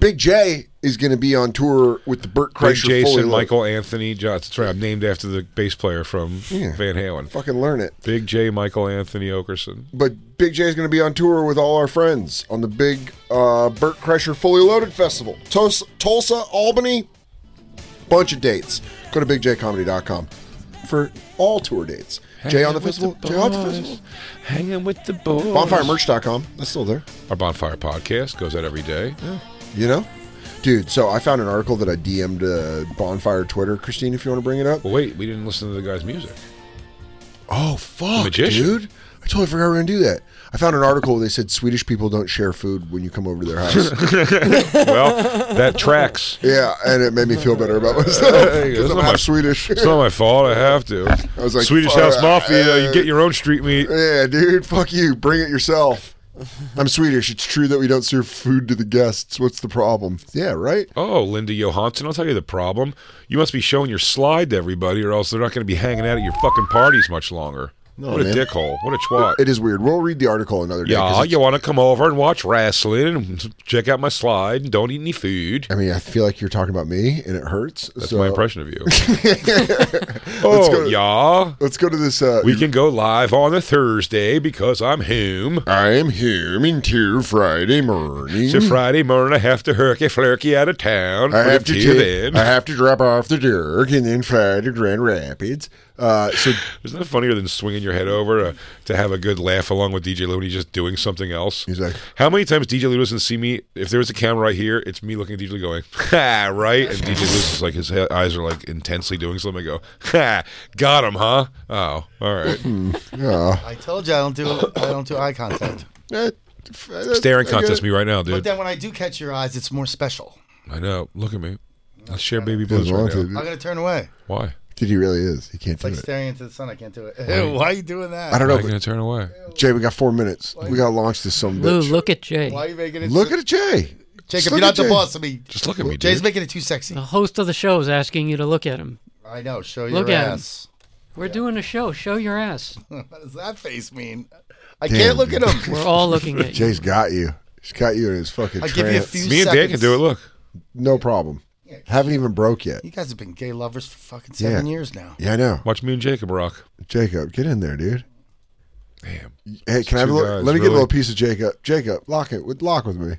Speaker 6: Big J is going to be on tour with the Burt
Speaker 4: Craig
Speaker 6: Kreischer Fully
Speaker 4: Jason,
Speaker 6: Loaded.
Speaker 4: Michael Anthony Johnson. That's right. I'm named after the bass player from
Speaker 6: Yeah.
Speaker 4: Van Halen.
Speaker 6: Fucking learn it.
Speaker 4: Big J, Michael Anthony Okerson.
Speaker 6: But Big J is going to be on tour with all our friends on the big uh, Burt Kreischer Fully Loaded Festival. Tulsa, Tulsa, Albany, bunch of dates. Go to bigjcomedy.com for all tour dates. Jay on the festival. Jay off the festival.
Speaker 4: Hanging with the boys.
Speaker 6: Bonfiremerch.com. That's still there.
Speaker 4: Our Bonfire podcast goes out every day.
Speaker 6: You know? Dude, so I found an article that I DM'd uh, Bonfire Twitter. Christine, if you want to bring it up.
Speaker 4: Well, wait, we didn't listen to the guy's music.
Speaker 6: Oh, fuck,
Speaker 4: Magician.
Speaker 6: dude. I totally forgot we were going to do that. I found an article where they said Swedish people don't share food when you come over to their house.
Speaker 4: well, that tracks.
Speaker 6: yeah, and it made me feel better about myself
Speaker 4: Hey, it's
Speaker 6: because I'm
Speaker 4: not
Speaker 6: half
Speaker 4: my-
Speaker 6: Swedish.
Speaker 4: It's not my fault. I have to.
Speaker 6: I was like,
Speaker 4: Swedish
Speaker 6: fuck,
Speaker 4: House Mafia.
Speaker 6: uh,
Speaker 4: you get your own street meat.
Speaker 6: Yeah, dude, fuck you. Bring it yourself. I'm Swedish. It's true that we don't serve food to the guests. What's the problem? Yeah, right?
Speaker 4: Oh, Linda Johansson, I'll tell you the problem. You must be showing your slide to everybody, or else they're not going to be hanging out at your fucking parties much longer.
Speaker 6: No,
Speaker 4: what a
Speaker 6: man.
Speaker 4: dickhole. What a twat.
Speaker 6: It is weird. We'll read the article another day. 'cause
Speaker 4: Yeah,
Speaker 6: it's-
Speaker 4: you want to come over and watch wrestling and check out my slide and don't eat any food.
Speaker 6: I mean, I feel like you're talking about me, and it hurts.
Speaker 4: That's
Speaker 6: so-
Speaker 4: my impression of you.
Speaker 6: Let's
Speaker 4: oh,
Speaker 6: go to-
Speaker 4: yeah.
Speaker 6: Let's go to this. Uh,
Speaker 4: We can go live on a Thursday because I'm home.
Speaker 6: I'm home until Friday morning.
Speaker 4: So Friday morning, I have to herky flurky out of town.
Speaker 6: I
Speaker 4: But
Speaker 6: have to
Speaker 4: until
Speaker 6: take,
Speaker 4: then-
Speaker 6: I have to drop off the Dirk and then fly to Grand Rapids. Uh, so
Speaker 4: Isn't that funnier than swinging your head over to, to have a good laugh along with DJ Lou when he's just doing something else?
Speaker 6: He's like-
Speaker 4: How many times DJ Lou doesn't see me? If there was a camera right here, it's me looking at DJ Lou going, ha, right? And DJ Lou's just like, his he- eyes are like intensely doing something. I go, ha, got him, huh? Oh, all right.
Speaker 6: Hmm, yeah.
Speaker 14: I told you I don't do I don't do eye contact.
Speaker 4: Staring contest me right now,
Speaker 14: But
Speaker 4: dude.
Speaker 14: then when I do catch your eyes, it's more special.
Speaker 4: I know. Look at me. Let's share baby
Speaker 6: He
Speaker 4: blues right
Speaker 6: wants
Speaker 4: now.
Speaker 14: I'm gonna turn away.
Speaker 4: Why?
Speaker 6: Dude, he really is. He can't
Speaker 14: It's
Speaker 6: do
Speaker 14: like
Speaker 6: it.
Speaker 14: staring into the sun. I can't do it.
Speaker 4: Why-
Speaker 14: Why are you doing that?
Speaker 6: I don't know.
Speaker 4: Why you gonna turn away?
Speaker 6: Jay, we got four minutes. We got to launch this some
Speaker 7: Lou,
Speaker 6: bitch.
Speaker 7: look at Jay.
Speaker 14: Why are you making it?
Speaker 6: Look at Jay. Just
Speaker 14: Jacob,
Speaker 6: look
Speaker 14: you're not
Speaker 6: at
Speaker 14: the
Speaker 6: Jay.
Speaker 14: boss of me.
Speaker 4: Just look at me,
Speaker 14: Jay's
Speaker 4: dude.
Speaker 14: making it too sexy.
Speaker 7: The host of the show is asking you to look at him.
Speaker 14: I know. Show your
Speaker 7: Look at him.
Speaker 14: ass.
Speaker 7: We're doing a show. Show your ass.
Speaker 14: What does that face mean? I
Speaker 6: Damn,
Speaker 14: can't look
Speaker 6: dude.
Speaker 14: at him.
Speaker 7: We're all looking at you.
Speaker 6: Jay's got you. He's got you in his fucking
Speaker 14: I'll
Speaker 6: trance.
Speaker 14: give you a few
Speaker 4: Me and Dan can
Speaker 14: seconds.
Speaker 4: do it. Look.
Speaker 6: No problem. Haven't even broke yet.
Speaker 14: You guys have been gay lovers for fucking seven
Speaker 6: Yeah.
Speaker 14: years now.
Speaker 6: Yeah, I know.
Speaker 4: Watch me and Jacob rock.
Speaker 6: Jacob, get in there, dude.
Speaker 4: Damn.
Speaker 6: Hey, can I have a
Speaker 4: two
Speaker 6: little,
Speaker 4: guys,
Speaker 6: let me get a
Speaker 4: really.
Speaker 6: little piece of Jacob. Jacob, lock it with lock with me.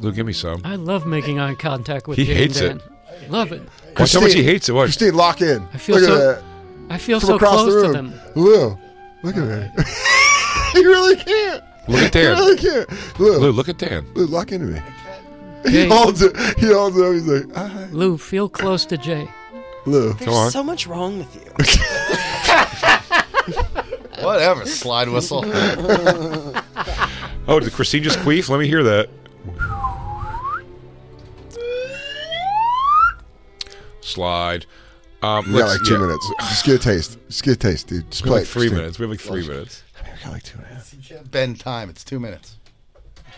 Speaker 4: Lou, give me some.
Speaker 7: I love making eye contact with
Speaker 4: He
Speaker 7: Jay
Speaker 4: hates
Speaker 7: and
Speaker 4: it.
Speaker 7: Dan. Love it.
Speaker 4: Watch how much he hates it. Watch.
Speaker 6: Christine, lock in.
Speaker 7: I feel
Speaker 6: look
Speaker 7: so-
Speaker 6: at that.
Speaker 7: I feel
Speaker 6: From
Speaker 7: so
Speaker 6: across
Speaker 7: close
Speaker 6: the
Speaker 7: to
Speaker 6: room.
Speaker 7: them.
Speaker 6: Lou, look at me. you really can't.
Speaker 4: Look at
Speaker 6: You really
Speaker 4: Dan.
Speaker 6: can't. Lou,
Speaker 4: Lou,
Speaker 6: Lou,
Speaker 4: look at Dan.
Speaker 6: lock into me. He
Speaker 7: Jay,
Speaker 6: holds it. He holds it. up, He's like, ah,
Speaker 7: Lou, feel close to Jay.
Speaker 6: Lou.
Speaker 5: There's
Speaker 4: Come on.
Speaker 5: so much wrong with you.
Speaker 14: Whatever, slide whistle.
Speaker 4: Oh, did Christine just queef? Let me hear that. Slide. Um,
Speaker 6: We got
Speaker 4: let's-
Speaker 6: like two
Speaker 4: yeah.
Speaker 6: minutes. Just get a taste. Just get a taste, dude. Just
Speaker 4: We have
Speaker 6: play
Speaker 4: like
Speaker 6: it,
Speaker 4: three
Speaker 6: Christine.
Speaker 4: minutes. We have like three minutes.
Speaker 6: I mean, we got like two and a half.
Speaker 14: Bend time. It's two minutes.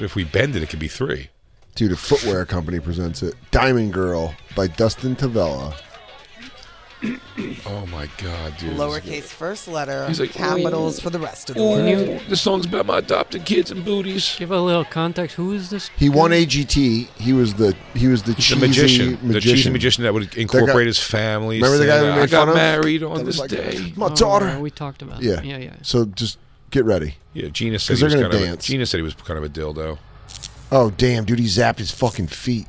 Speaker 4: If we bend it, it could be three.
Speaker 6: Dude, a footwear company presents it. Diamond Girl by Dustin Tavella.
Speaker 4: Oh my god, dude.
Speaker 5: Lowercase first letter,
Speaker 4: He's like,
Speaker 5: capitals for the rest of the
Speaker 4: Ooh,
Speaker 5: word.
Speaker 4: the song's about my adopted kids and booties.
Speaker 7: Give a little context. Who is this?
Speaker 6: He won AGT. He was the he was the,
Speaker 4: The
Speaker 6: cheesy
Speaker 4: magician, the cheesy magician that would incorporate his family.
Speaker 6: Remember the guy
Speaker 4: saying,
Speaker 6: that we made
Speaker 4: I got
Speaker 6: fun of?
Speaker 4: married on
Speaker 6: That was
Speaker 4: this
Speaker 6: like,
Speaker 4: day.
Speaker 6: My
Speaker 7: Oh,
Speaker 6: daughter.
Speaker 7: We talked about.
Speaker 6: Yeah.
Speaker 7: Yeah, yeah.
Speaker 6: So just get ready.
Speaker 4: Yeah, Gina said
Speaker 6: 'Cause
Speaker 4: he
Speaker 6: they're
Speaker 4: was
Speaker 6: gonna
Speaker 4: kind of. A,
Speaker 6: dance.
Speaker 4: Gina said he was kind of a dildo.
Speaker 6: Oh damn, dude, he zapped his fucking feet.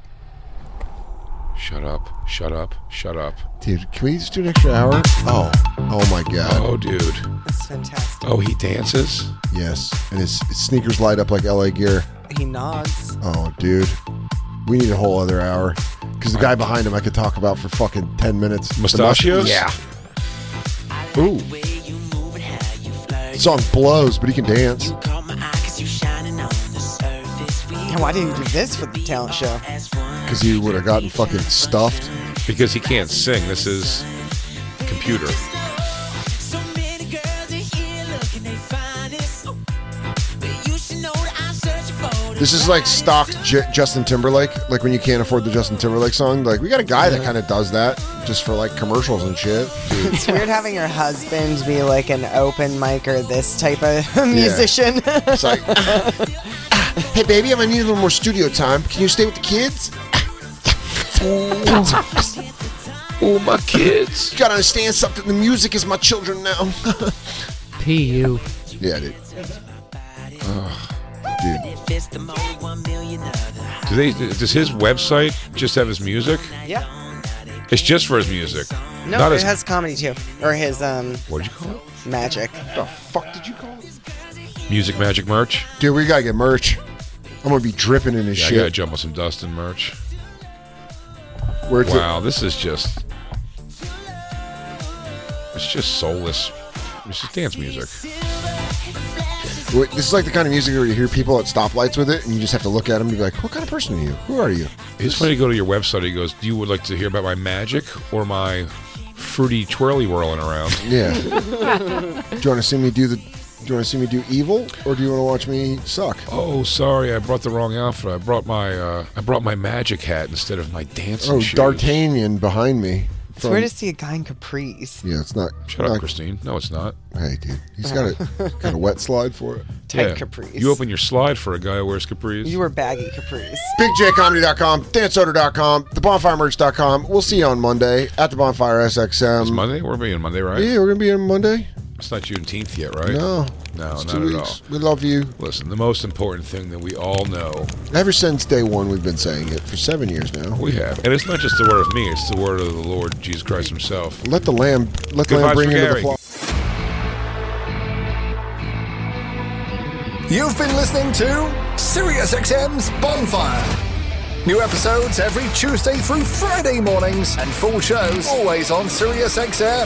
Speaker 4: Shut up! Shut up! Shut up!
Speaker 6: Dude, can we just do an extra hour? Oh, oh my god.
Speaker 4: Oh, dude.
Speaker 5: That's fantastic.
Speaker 4: Oh, he dances.
Speaker 6: Yes, and his, his sneakers light up like LA gear.
Speaker 5: He nods.
Speaker 6: Oh, dude, we need a whole other hour because the guy behind him I could talk about for fucking ten minutes. The mus-
Speaker 4: Mustachios?
Speaker 6: Yeah. Ooh. Song blows, but he can dance.
Speaker 5: And why didn't you do this for the talent show?
Speaker 6: Because he would have gotten fucking stuffed.
Speaker 4: Because he can't sing. This is computer.
Speaker 6: This is like stock J- Justin Timberlake. Like when you can't afford the Justin Timberlake song. Like we got a guy that kind of does that just for like commercials and shit.
Speaker 5: It's weird having your husband be like an open mic or this type of musician.
Speaker 6: It's like Hey, baby, I'm gonna need a little more studio time. Can you stay with the kids? oh, my kids. You gotta understand something. The music is my children now.
Speaker 7: P.U.
Speaker 6: yeah, dude. Ugh, dude.
Speaker 4: Do they? Does his website just have his music?
Speaker 5: Yeah.
Speaker 4: It's just for his music.
Speaker 5: No,
Speaker 4: Not
Speaker 5: it
Speaker 4: his-
Speaker 5: has comedy too. Or his um
Speaker 4: What did you call it?
Speaker 5: magic.
Speaker 6: The fuck did you call it?
Speaker 4: Music Magic merch.
Speaker 6: Dude, we gotta get merch. I'm gonna be dripping in this
Speaker 4: Yeah, I gotta
Speaker 6: shit.
Speaker 4: jump on some Dustin merch.
Speaker 6: Where's it-
Speaker 4: wow, this is just. It's just soulless. It's just dance music.
Speaker 6: Wait, This is like the kind of music where you hear people at stoplights with it, and you just have to look at them and be like, "What kind of person are you? Who are you?"
Speaker 4: It's funny to go to your website. He goes, "Do you would like to hear about my magic or my fruity twirly whirling around?"
Speaker 6: Yeah. do you want to see me do the? Do you want to see me do evil, or do you want to watch me suck?
Speaker 4: Oh, sorry, I brought the wrong outfit. I brought my uh, I brought my magic hat instead of my dancing
Speaker 6: Oh,
Speaker 4: shoes.
Speaker 6: D'Artagnan behind me.
Speaker 5: It's weird to see a guy in capris.
Speaker 6: Yeah, it's not.
Speaker 4: Shut up,
Speaker 6: not-
Speaker 4: Christine. No, it's not.
Speaker 6: Hey, dude, he's got a got a wet slide for it.
Speaker 5: Tight capris.
Speaker 4: You open your slide for a guy who wears capris.
Speaker 5: You were baggy capris.
Speaker 6: BigJComedy.com, DanceOrder.com, TheBonfireMerch.com. We'll see you on Monday at the Bonfire SXM.
Speaker 4: It's Monday. We're being Monday, right?
Speaker 6: Yeah, we're gonna be on Monday.
Speaker 4: It's not Juneteenth yet, right?
Speaker 6: No.
Speaker 4: No,
Speaker 6: It's
Speaker 4: not
Speaker 6: two
Speaker 4: at
Speaker 6: weeks. all. We love you.
Speaker 4: Listen, the most important thing that we all know,
Speaker 6: Ever since day one, we've been saying it for seven years now.
Speaker 4: we have, and it's not just the word of me; it's the word of the Lord Jesus Christ Himself.
Speaker 6: Let the lamb. Let the
Speaker 4: Good vibes
Speaker 6: lamb bring
Speaker 4: for
Speaker 6: into the
Speaker 4: Gary.
Speaker 6: flock.
Speaker 18: You've been listening to SiriusXM's Bonfire. New episodes every Tuesday through Friday mornings, and full shows always on SiriusXM.